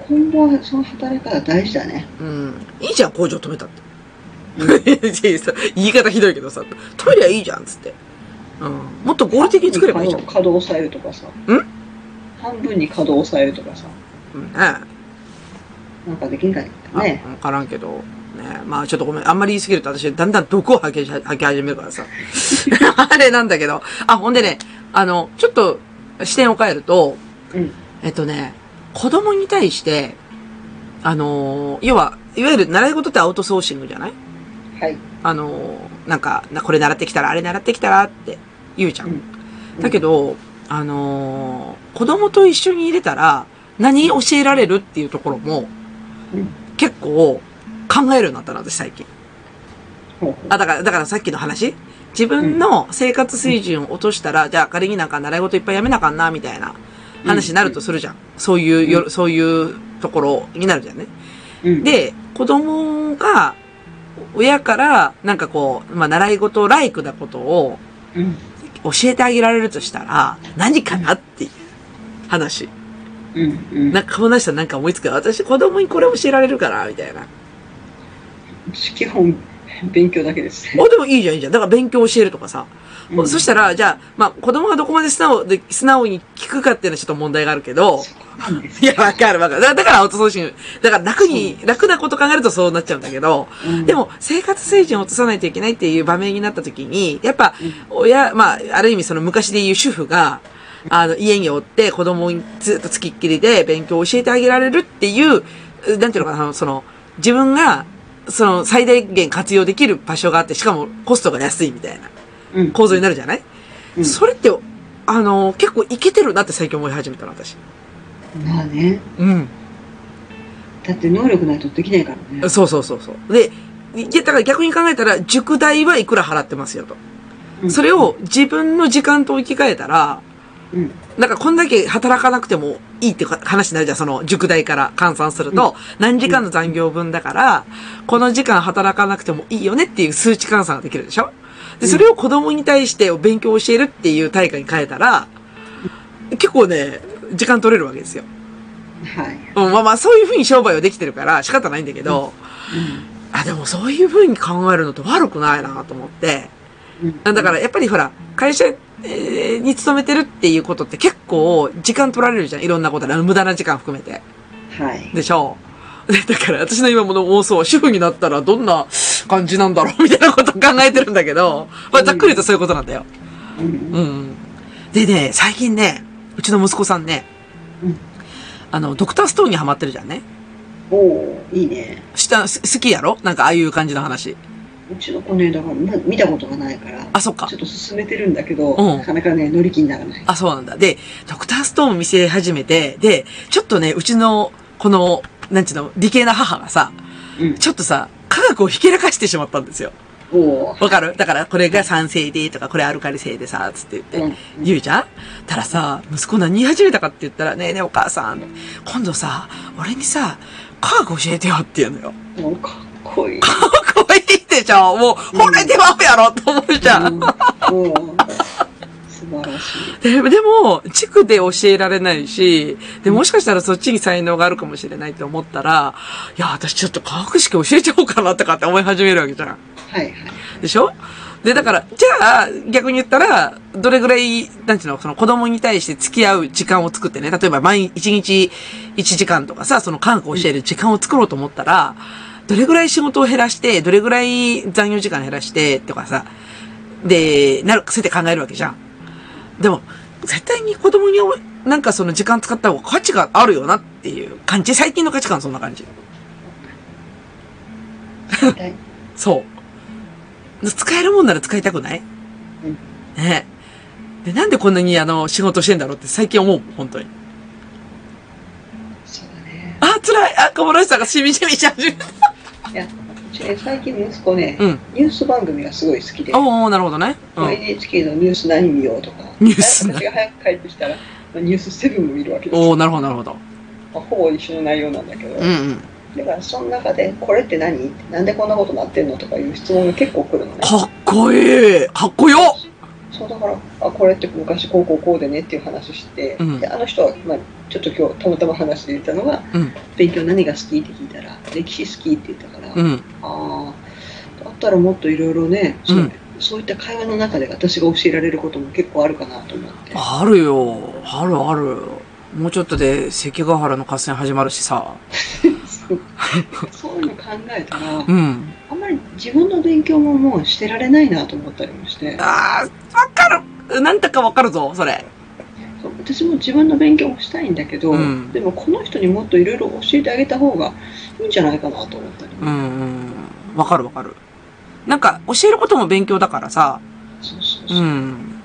S3: 今後はその働き方大事だね
S2: うん。いいじゃん、工場止めた って。いやそう言い方ひどいけどさ、止めりゃいいじゃん、つって。うん。もっと合理的に作ればいいじゃん。
S3: 稼働を抑えるとかさ半分に稼働を抑えるとかさ
S2: うんね。
S3: なんかできんかい
S2: あ
S3: ね
S2: わからんけど。ね、まあちょっとごめん。あんまり言いすぎると私、だんだん毒を吐きは吐き始めるからさ。 あれなんだけど。あ、ほんでね、あの、ちょっと視点を変えると、
S3: うん
S2: えっとね、子供に対して、あの、要は、いわゆる習い事ってアウトソーシングじゃない
S3: はい
S2: あの、なんか、なこれ習ってきたら、あれ習ってきたらって言うじゃん。
S3: うん
S2: だけど、あのー子供と一緒に入れたら、何教えられるっていうところも
S3: うん、
S2: 結構考えるようになったの、私最近。
S3: ほうほ
S2: あ、だから、だからさっきの話自分の生活水準を落としたら、じゃあ仮になんか習い事いっぱいやめなあかんな、みたいな話になるとするじゃん。そういうよ、そういうところになるじゃんね。
S3: ううん
S2: で、子供が、親から、なんかこう、まあ、習い事ライクなことを
S3: うん
S2: 教えてあげられるとしたら、何かなっていう話。
S3: うんうん
S2: なんか、この人なんか思いつくから私子供にこれ教えられるかなみたいな。
S3: 基本勉強だけです ね
S2: お、でもいいじゃん、いいじゃん。だから勉強教えるとかさ。
S3: うん
S2: そしたら、じゃあ、まあ、子供がどこまで素直で、素直に聞くかっていうのはちょっと問題があるけど、
S3: なんです
S2: いや、わかるわかる。だだから、アウトソーシング。だから、楽に、楽なこと考えるとそうなっちゃうんだけど、
S3: うん
S2: でも、生活水準を落とさないといけないっていう場面になった時に、やっぱ
S3: うん、
S2: 親、まあ、ある意味その昔で言う主婦が、あの、家におって子供にずっと付きっきりで勉強を教えてあげられるっていう、うなんていうのかな、その、自分が、その、最大限活用できる場所があって、しかもコストが安いみたいな
S3: うん
S2: 構造になるじゃない、
S3: うん
S2: それって、あの、結構いけてるなって最近思い始めたの、私。
S3: まあね
S2: うん。
S3: だって能力ないとできないからね
S2: そうそうそうそう。で、いやだから逆に考えたら、塾代はいくら払ってますよと。
S3: うん
S2: それを自分の時間と置き換えたら、
S3: うん
S2: なんかこんだけ働かなくてもいいってか話になるじゃん、その塾代から換算すると、何時間の残業分だから、この時間働かなくてもいいよねっていう数値換算ができるでしょで、それを子供に対して勉強を教えるっていう対価に変えたら、結構ね、時間取れるわけですよ。
S3: はい
S2: うん、まあまあそういうふうに商売をできてるから仕方ないんだけど、あ、でもそういうふうに考えるのって悪くないなと思って。
S3: うん
S2: だからやっぱりほら、会社えーに勤めてるっていうことって結構時間取られるじゃん。いろんなことで。無駄な時間含めて。
S3: はい
S2: でしょでだから私の今もの妄想は主婦になったらどんな感じなんだろうみたいなことを考えてるんだけど、まあざっくり言うとそういうことなんだよ。
S3: うん
S2: うん。でね、最近ね、うちの息子さんね、
S3: うん
S2: あの、ドクターストーンにハマってるじゃんね。
S3: おおいいね
S2: した、す好きやろなんかああいう感じの話。
S3: うちの子ねだからな見たことがないから
S2: あ、そっか
S3: ちょ。っと進めてるんだけど、
S2: うん
S3: なかなかね乗り気にならない
S2: あ、そうなんだ。で、ドクターストーンを見せ始めて、で、ちょっとね、うちの、この、なんちゅうの、理系な母がさ、
S3: うん
S2: ちょっとさ、科学をひけらかしてしまったんですよ。
S3: おお
S2: わかるだから、これが酸性でとか、これアルカリ性でさ、つって言
S3: う
S2: っ
S3: ん
S2: て、言うじゃんたらさ、息子何言い始めたかって言ったら、ねえねえお母さん、今度さ、俺にさ、科学教えてよって言うのよ。
S3: おかっこいい
S2: かわいいでしょもう、惚れてまうやろと思うじゃん
S3: うん、おー素晴らしい
S2: ででも、地区で教えられないし、で、もしかしたらそっちに才能があるかもしれないと思ったら、いや、私ちょっと科学式教えちゃおうかなとかって思い始めるわけじゃん。
S3: はいはい
S2: でしょで、だから、じゃあ、逆に言ったら、どれぐらい、なんていうの、その子供に対して付き合う時間を作ってね、例えば毎日、1日1時間とかさ、その科学を教える時間を作ろうと思ったら、どれぐらい仕事を減らして、どれぐらい残業時間減らして、とかさ、で、なる、癖で考えるわけじゃん。でも、絶対に子供にお、なんかその時間使った方が価値があるよなっていう感じ。最近の価値観はそんな感じ。
S3: はい
S2: そう。使えるもんなら使いたくない
S3: うん
S2: ねで、なんでこんなにあの、仕事してんだろうって最近思うもん、本当に。
S3: そうだね
S2: あ、辛い。あ、小室さんがしみじみし始めた。
S3: いやうちね最近息子ね、
S2: うん。
S3: ニュース番組がすごい好きで、
S2: おー、なるほどね。う
S3: まあ
S2: ん。
S3: NHK のニュース何見ようとか、
S2: ニュース何
S3: 私が早く帰ってきたら、まあニュースセブンを見るわけですよ
S2: おー、なるほど、なるほど。
S3: まあ、ほぼ一緒の内容なんだけど、
S2: うんうん。
S3: だからその中で、これって何なんでこんなことなってんのとかいう質問が結構来るのね。
S2: かっこいい。かっこよ。
S3: そうだから、あこれって昔こうこうこうでねっていう話して、
S2: うん
S3: であの人は、まあ、ちょっと今日たまたま話で言ったのが、
S2: うん。
S3: 勉強何が好きって聞いたら、歴史好きって言ったから、
S2: う
S3: あ
S2: ん。
S3: あ、だったらもっといろいろね、そう
S2: うん
S3: そういった会話の中で私が教えられることも結構あるかなと思って。
S2: あるよ。あるある。もうちょっとで関ヶ原の合戦始まるしさ。
S3: そういうの考えたら、
S2: うん。
S3: あんまり自分の勉強ももうしてられないなと思ったりもして、
S2: ああ、わかるなんだかわかるぞ、それ。
S3: そう私も自分の勉強をしたいんだけど、
S2: うん
S3: でもこの人にもっといろいろ教えてあげた方がいいんじゃないかなと思ったり、
S2: うんうん。わかるわかる。なんか、教えることも勉強だからさ。
S3: そうそう
S2: う
S3: そう、
S2: ん。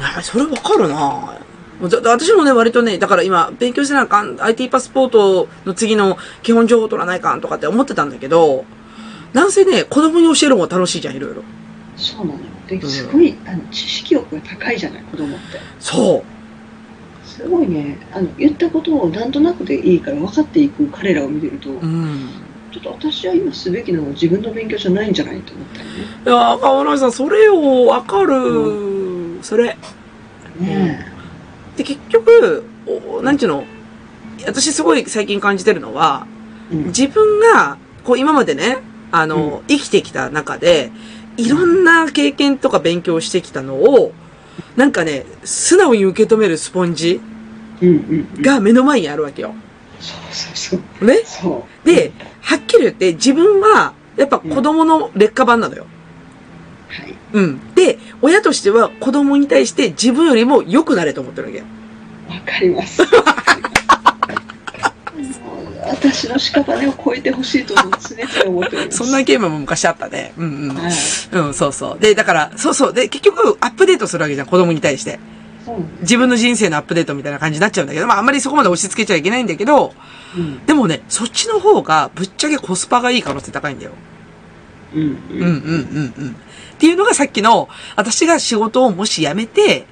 S2: あそれわかるなもうだだ私もね、割とね、だから今、勉強してなんかん、IT パスポートの次の基本情報取らないかんとかって思ってたんだけど、なんせね、子供に教える方が楽しいじゃん、いろいろ。
S3: そうなのよ
S2: う
S3: で
S2: ん
S3: すごいあの知識欲が高いじゃない子供って
S2: そう。
S3: すごいねあの言ったことをなんとなくでいいから分かっていく彼らを見てると、
S2: うん。
S3: ちょっと私は今すべきなのは自分の勉強じゃないんじゃないと思ったり
S2: いやー、河村さん、それよ、わかる、それ。
S3: ねね
S2: で、結局、おなんちゅうの、私すごい最近感じてるのは、
S3: えうん
S2: 自分が、こう今までね、あの、生きてきた中で、いろんな経験とか勉強してきたのを、なんかね、素直に受け止めるスポンジ
S3: うんうん
S2: が目の前にあるわけよ。
S3: そうそうそう
S2: ね
S3: そう
S2: で、はっきり言って自分は、やっぱ子供の劣化版なのよ。
S3: はい
S2: うん。で、親としては子供に対して自分よりも良くなれと思ってるわけよ。
S3: わかり ます。私の屍を超えてほしいと常々思っております。
S2: そんなゲームも昔あったね。うんうん。
S3: はい、
S2: うん、そうそう。で、だから、そうそう。で、結局、アップデートするわけじゃん、子供に対して。
S3: そうなんです。
S2: 自分の人生のアップデートみたいな感じになっちゃうんだけど、まあ、あんまりそこまで押し付けちゃいけないんだけど、
S3: うん、
S2: でもね、そっちの方が、ぶっちゃけコスパがいい可能性高いんだよ。
S3: うん、
S2: うん、
S3: う、
S2: うんん、うん、うん。っていうのがさっきの、私が仕事をもし辞めて、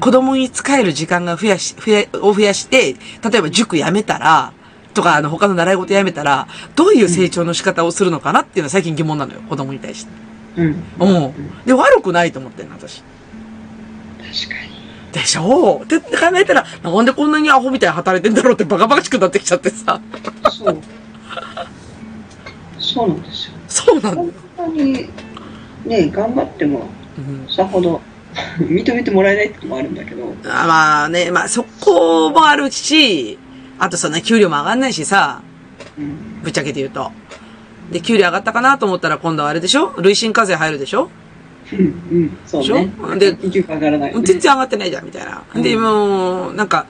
S2: 子供に使える時間が増やし、増や、を増やして、例えば塾辞めたら、とか、あの、他の習い事辞めたら、どういう成長の仕方をするのかなっていうのは最近疑問なのよ、子供に対して。
S3: うん、
S2: うん。で、悪くないと思ってんの、私。
S3: 確かに。
S2: でしょうって考えたら、なんでこんなにアホみたいに働いてんだろうってバカバカしくなってきちゃってさ。
S3: そう。そうなんですよ。
S2: そうなんだ。
S3: 本当に。ね、頑張っても、
S2: うん、
S3: さほど。 認めてもらえないってのもあるんだけど。
S2: あまあね、まあそこもあるし、あとそんな給料も上がんないしさ、
S3: うん、
S2: ぶっちゃけて言うと。で、給料上がったかなと思ったら今度はあれでしょ累進課税入るでしょ
S3: うん、うん、そうね。
S2: でしょで
S3: 結局上がらない、ね。
S2: 全然上がってないじゃん、みたいな。で、もう、なんか、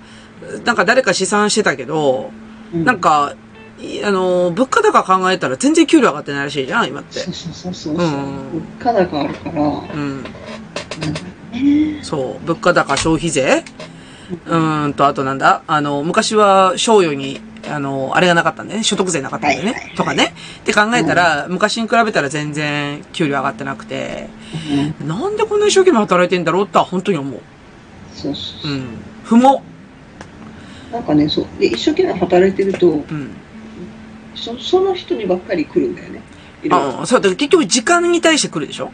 S2: なんか誰か試算してたけど、
S3: う
S2: なん。か、いあの、物価高考えたら全然給料上がってないらしいじゃん、今って
S3: そ。うそうそうそう。
S2: うん
S3: 物価高あるから。うん
S2: うん。
S3: ね
S2: そう。物価高消費税うーんと、あとなんだあの、昔は、賞与に、あの、あれがなかったんだよね。所得税なかったんだよね。
S3: はいはいはい
S2: とかね。って考えたら、昔に比べたら全然給料上がってなくて、
S3: うん
S2: なんでこんな一生懸命働いてんだろうとは本当に思う。
S3: そうそう
S2: う
S3: そう、
S2: ん。不毛。
S3: なんかねそうで一生懸命働いてると
S2: うん。
S3: そその人にばっかり来るんだよねいろいろ
S2: あそう、だから結局時間に対して来るでしょ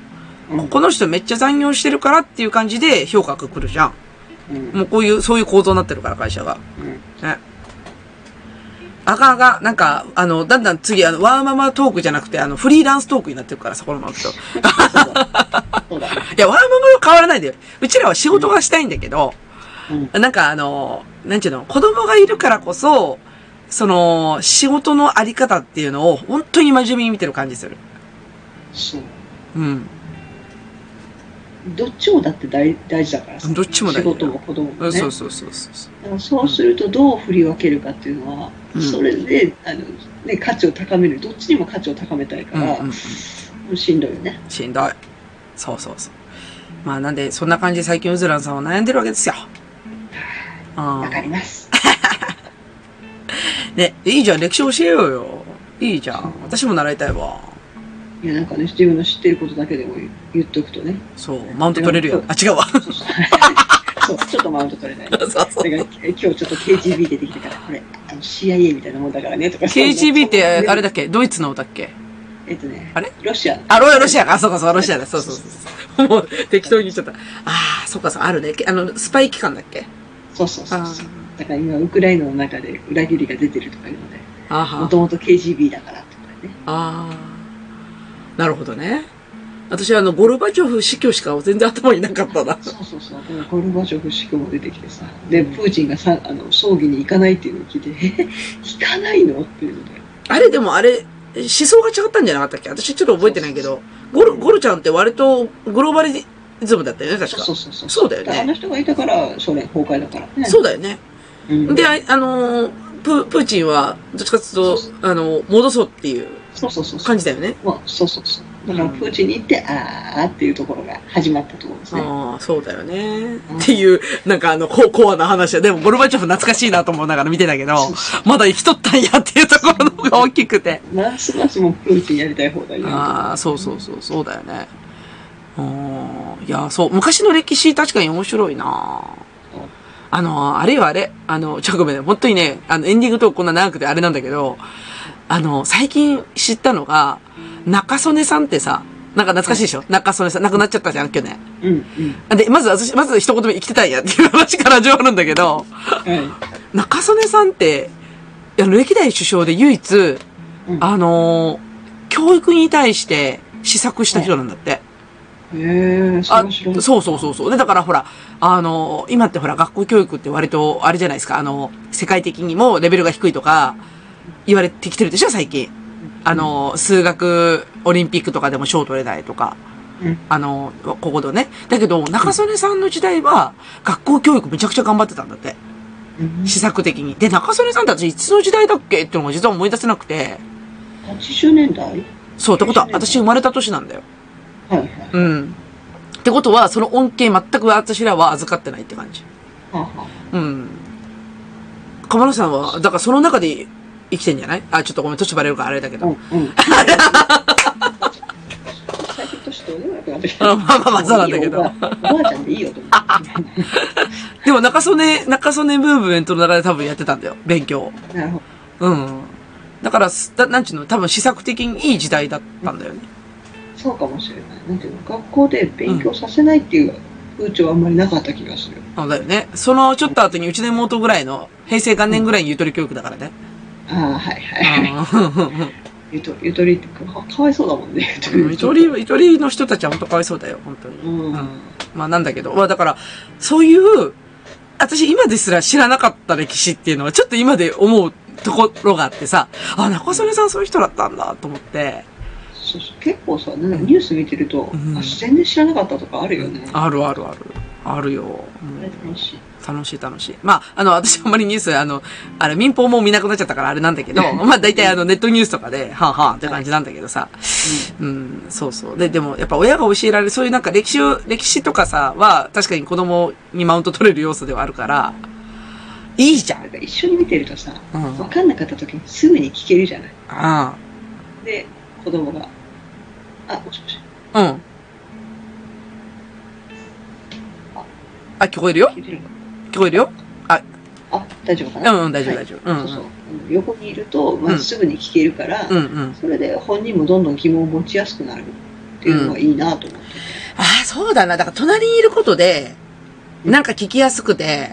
S3: うん
S2: この人めっちゃ残業してるからっていう感じで評価が来るじゃん。
S3: うん
S2: もうこういう、そういう構造になってるから、会社が。
S3: うん
S2: ね。あかんあかん。なんか、あの、だんだん次、あの、ワーママトークじゃなくて、あの、フリーランストークになってるからさ、このままだと。い
S3: そうだそうだ、
S2: や、ワーママは変わらないでよ。うちらは仕事がしたいんだけど、
S3: うん、
S2: なんかあの、なんちゅうの、子供がいるからこそ、その、仕事のあり方っていうのを、本当に真面目に見てる感じする。
S3: そう
S2: うん。
S3: どっちもだって大大事だからさ
S2: どっちも大事だよ
S3: 仕事も子供もね
S2: そうそうそうそう。
S3: だからそうするとどう振り分けるかっていうのは、
S2: うん
S3: それであの、ね、価値を高めるどっちにも価値を高めたいか
S2: うん、
S3: ら、
S2: うん。
S3: もうしんどいよね
S2: しんどい。そうそうそう。まあなんで、そんな感じで最近うずらんさんは悩んでるわけですよ。あ
S3: わかります
S2: あ。ね、いいじゃん、歴史教えようよ。いいじゃん。私も習いたいわ。
S3: いやなんかね自分の知ってることだけでも言言っとくと ね
S2: そう、マウント取れるよ。あ、違うわ。
S3: そう そうそうちょっとマウント取れない
S2: そうそう。
S3: だから今日ちょっと KGB 出てきたから、これ、あの CIA みたいなもんだからねとか。
S2: KGB って、あれだ
S3: っ
S2: っけドイツの歌っけ
S3: けえっとね、
S2: あれ
S3: ロシア。
S2: あ、ロロシアか。あ、そうかそう、ロシアだ。そうそうそう。もう、適当に言っちゃった。ああ、そうかそう、あるね。けあの、スパイ機関だっけ
S3: そうそうそうそ
S2: あ。
S3: うだから今、ウクライナの中で裏切りが出てるとかいうので、
S2: あ
S3: も
S2: は
S3: ともと KGB だからとかね。
S2: ああ。なるほどね。私はあの、ゴルバチョフ死去しか全然頭になかったな。
S3: そうそうそう。でもゴルバチョフ氏も出てきてさ、で、プーチンがさあの葬儀に行かないっていうのを聞いて、え行かないのっていうので。
S2: あれでもあれ、思想が違ったんじゃなかったっけ私ちょっと覚えてないけど、ゴル、ゴルちゃんって割とグローバリズムだったよね、確か。
S3: そうそうそう。
S2: そうだよね
S3: あの人がいたから、ソ連崩壊だからね。
S2: そうだよね。
S3: うん
S2: で、ああのープ、プーチンは、どっちかっていうと
S3: そ、
S2: あの、戻そうっていう
S3: そうそうそうそう。
S2: 感じだよね。
S3: まあ、そうそうそう。だから、
S2: うん
S3: プーチンに行って、あーっていうところが始まったところですね。
S2: ああ、そうだよね
S3: うん。
S2: っていう、なんかあの、ココアな話だ。でも、ゴルバチョフ懐かしいなと思いながら見てたけど、
S3: そうそ
S2: まだ生きとったんやっていうところの方が大きくて。
S3: うますますもうプーチンやりたい放題やる
S2: ああ、そうそうそう、そうだよね。うん。いや、そう、昔の歴史確かに面白いなあの、あれよあれ、あの、ちょ、ごめんね、本当にね、あの、エンディングトークこんな長くてあれなんだけど、あの、最近知ったのが、中曽根さんってさ、なんか懐かしいでしょ中曽根さん、亡くなっちゃったじゃん、去年。
S3: うんうん。
S2: で、まず私、まず一言目生きてたんやっていう話から始まるんだけど、
S3: はい。
S2: 中曽根さんって、いや歴代首相で唯一、
S3: うん
S2: あのー教育に対して施策した人なんだって。
S3: へえ、
S2: あ
S3: そう白い。
S2: そうそうそうそう。で、だからほら、あのー今ってほら、学校教育って割と、あれじゃないですか、あのー世界的にもレベルが低いとか、言われてきてるでしょ、最近。あのー数学、オリンピックとかでも賞取れないとか。
S3: うん
S2: あのーここのね。だけど、中曽根さんの時代は、学校教育めちゃくちゃ頑張ってたんだって。
S3: うん
S2: 施策的に。で、中曽根さんたちいつの時代だっけっていうのが実は思い出せなくて。
S3: 80年代はい
S2: そう、ってことは、私生まれた年なんだよ。
S3: はい。
S2: うん。ってことは、その恩恵全く私らは預かってないって感じ。
S3: はあは
S2: うん。鎌野さんは、だからその中で生きてんじゃないあ、ちょっとごめん、年バレるからあれだけ
S3: あ。う
S2: ど。
S3: んうん。最近年取れなくなってき
S2: あ
S3: た。
S2: まあまあまあ、そうなんだけ
S3: お
S2: ど
S3: ば。あおばあちゃんでいいよと思っ
S2: でも中曽根、中曽根ムーブメントの中で多分やってたんだよ。勉強を。
S3: て。なるほ
S2: うん。だから、すだなんちゅうの、多分施策的にいい時代だったんだよね。
S3: ど。そうかもしれない。なんていうの、学校で勉強させないっていう風潮はあんまりなかった気がする。
S2: そうだよね。そのちょっと後にうちの妹ぐらいの、平成元年ぐらいにゆとり教育だからね。
S3: ああ、はいはいはい。
S2: うん
S3: ゆとゆとりってかかかわいそうだもんね。
S2: ゆとり、ゆとりの人たちは本当かわいそうだよ、本当に。
S3: うん
S2: まあなんだけど、まあだから、そういう、私今ですら知らなかった歴史っていうのは、ちょっと今で思うところがあってさ、あ、中曽根さんそういう人だったんだと思って、
S3: そうそう結構さ、なんかニュース見てると、
S2: うん
S3: あ全然知らなかったとかあるよね。
S2: あるあるある。あるよ。
S3: あれ楽しい。
S2: 楽しい楽しい。まあ、あの、私あんまりニュース、あの、あれ、民放もう見なくなっちゃったからあれなんだけど、 まあ大体あの、ネットニュースとかで、はあはあって感じなんだけどさ、うん、そうそう。で、でも、やっぱ親が教えられる、そういうなんか歴史を、歴史とかさ、は、確かに子供にマウント取れる要素ではあるから、いいじゃん。
S3: なんか一緒に見てるとさ、
S2: うん。
S3: 分
S2: あ
S3: かんなかった時にすぐに聞けるじゃない。
S2: あ。
S3: で、子供が、あ、もしもし、
S2: うん。あ、聞こえるよ
S3: 聞いてるの
S2: 聞こえるよ
S3: あ、大丈夫か
S2: う
S3: な、
S2: ん、うん、大丈夫、
S3: はい
S2: 大丈夫。うん
S3: そうそう。横にいると、まあ、すぐに聞けるから、
S2: うん。うん、うん。
S3: それで本人もどんどん疑問を持ちやすくなるっていうのがいいなと思って。
S2: ああ、そうだな。だから隣にいることで、なんか聞きやすくて、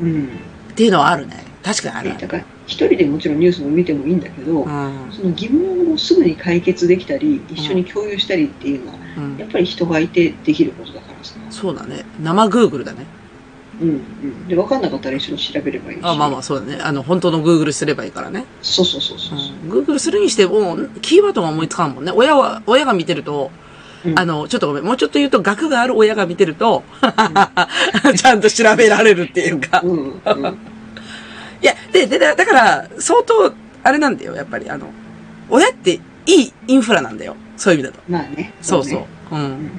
S3: うん。
S2: っていうのはあるね。確かにある
S3: でだから、一人でもちろんニュースも見てもいいんだけど、
S2: うん。
S3: その疑問をすぐに解決できたり、一緒に共有したりっていうのは、
S2: う
S3: やっ
S2: ん。
S3: ぱり人がいてできることだからさ。
S2: そうだね。生グーグルだね。
S3: うんうん。で、分かんなかったら一緒に調べればいいし。
S2: あ、まあまあ、そうだね。あの、本当のグーグルすればいいからね。
S3: そうそうそうそう。
S2: グーグルするにしても、キーワードが思いつかんもんね。親は、親が見てると、
S3: うん
S2: あの、ちょっとごめん、もうちょっと言うと、額がある親が見てると、 ちゃんと調べられるっていうか。
S3: うん、うん。
S2: いや、で、で、だだから、相当、あれなんだよ、やっぱり、あの、親っていいインフラなんだよ。そういう意味だと。
S3: まあね。
S2: そうそう
S3: ね。。
S2: うん。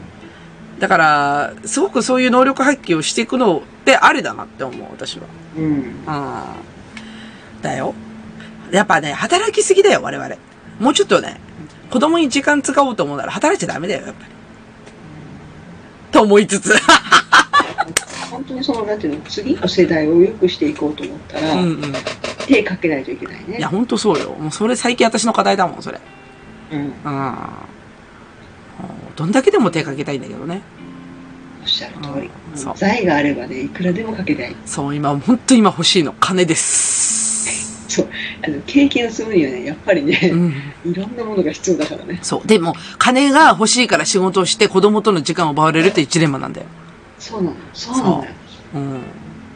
S2: だから、すごくそういう能力発揮をしていくのってありだなって思う、私は。
S3: うん。
S2: うん。だよ。やっぱね、働きすぎだよ、我々。もうちょっとね、子供に時間使おうと思うなら働いちゃダメだよ、やっぱり。と思いつつ。
S3: 本当にその、なんていうの、次の世代を良くしていこうと思った
S2: う
S3: ら、
S2: んうん。い
S3: 手かけないといけないね。
S2: や、ほんとそうよ。もうそれ最近私の課題だもん、それ。
S3: うん。
S2: うん。もうどんだけでも手かけたいんだけどね。
S3: おっしゃる通り
S2: うんそう。
S3: 財があればね、いくらでもかけたい。
S2: そう、今、ほんと今欲しいの。金 です。
S3: あの、経験を積むにはね、やっぱり
S2: う
S3: ね、
S2: ん。
S3: いろんなものが必要だからね。
S2: そう。でも、金が欲しいから仕事をして子供との時間を奪われるっていうジレンマなんだよ。
S3: そうなの。そうなのよ。
S2: うん。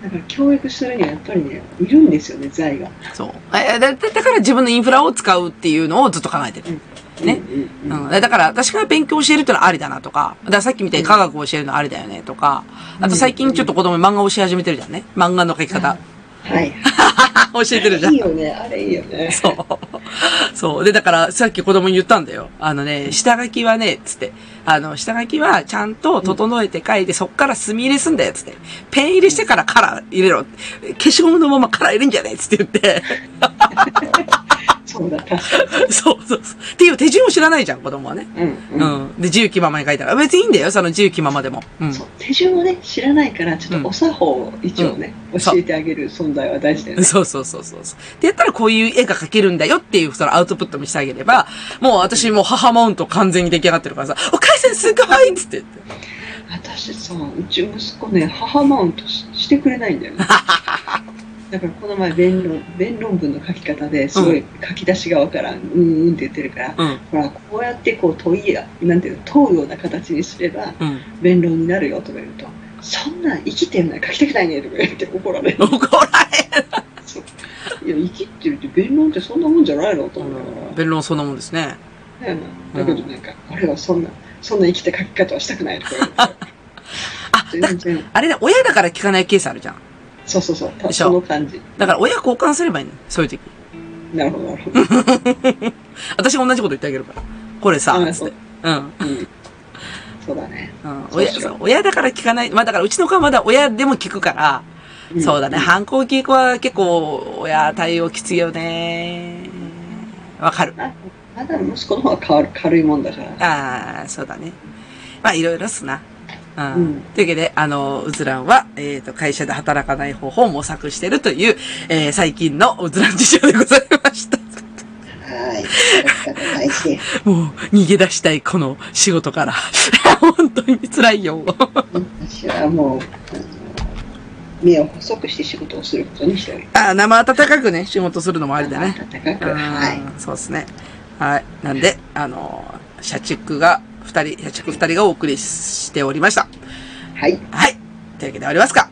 S3: だから教育するにはやっぱりね、いるんですよね、財が。
S2: そう。えだだだから自分のインフラを使うっていうのをずっと考えてる。ね
S3: うんう
S2: う
S3: ん
S2: ん、だから、私が勉強教えるってのはありだなとか、だからさっきみたいに科学を教えるのはありだよねとか、あと最近ちょっと子供に漫画を教え始めてるじゃんね。漫画の描き方。
S3: はい。
S2: 教えてるじゃん
S3: いい。よね、あれいいよね。
S2: そう。 そう。で、だから、さっき子供に言ったんだよ。あのね、下書きはね、つって。あの、下書きはちゃんと整えて書いて、そっから墨入れすんだよ、つって。ペン入れしてからカラー入れろ。消しゴムのままカラー入れんじゃねえ、つって言 って。
S3: そうだ、確か
S2: そうそうそう。っていう手順を知らないじゃん、子供はね。
S3: に。うん
S2: う
S3: うん。
S2: ん。で、自由気ままに書いたら。別にいいんだよ、その自由気ままでも。うん。
S3: そう手順をね、知らないから、ちょっとお作法を一応ね、
S2: ん
S3: 教えてあげる存在は大事だよね。
S2: そうそうそうそうそう。ってやったらこういう絵が描けるんだよっていうそのアウトプットもしてあげれば、もう私もう母マウント完全に出来上がってるからさ、お母さんすごいっつって言って。
S3: 私さ、うち息子ね、母マウントししてくれないんだ よね。だからこの前弁論、弁論文の書き方ですごい書き出しがわからん、うん、うんって言ってるから、
S2: うん。
S3: ほら、こうやってこう問いや、なんていうの、問うような形にすれば、
S2: うん。
S3: 弁論になるよとか言うと、そんなん生きてるのは書きたくないねとか言って怒られる。
S2: 怒られる。
S3: いや、生きてるって弁論ってそんなもんじゃないのと思うから。
S2: 弁論そんなもんですね。
S3: だよなだけどなんか、俺はそんな、そんな生きた書き方はしたくないとか言うから。
S2: あ
S3: 全然、
S2: あれね、親だから聞かないケースあるじゃん。
S3: そうそうそう、た
S2: でしょ
S3: その感じ。
S2: だから親交換すればいいのよそういう時。
S3: なるほど、なるほ ど。
S2: 私が同じこと言ってあげるから。これさ、
S3: あ
S2: つっ
S3: そう
S2: て。うん。
S3: うんそうだね。
S2: うん。
S3: そう
S2: 親、
S3: しよう
S2: そう親だから聞かない。まあだからうちの子はまだ親でも聞くから、
S3: ん
S2: そうだね。。反抗期以降は結構親対応きついよね。わかる。
S3: あまだ息子の方が軽軽いもんだから。
S2: ああ、そうだね。まあ、いろいろっすな。うん。
S3: うん
S2: というわけで、あの、うずらんは、えっ、と、会社で働かない方法を模索しているという、えー最近のうずらん事情でございました。
S3: はい。だから 大事です。
S2: もう、逃げ出したい、この仕事から。 本当に辛いよ。
S3: 私はもう、あの目を細くして仕事をすることにしておりま
S2: ああ、生温かくね、仕事するのもあ
S3: す。
S2: りだね。
S3: 暖かく。はい。
S2: うんそうですね。はい。なんで、あの、社畜が、二人、社畜二人がお送りしておりました。
S3: はい。
S2: はい。というわけで終わりますか。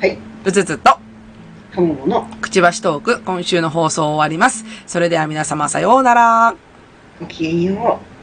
S3: はい。
S2: うつうつと。
S3: かももの
S2: くちばしトーク、今週の放送終わります。それでは皆様さようなら。
S3: ごきげんよう。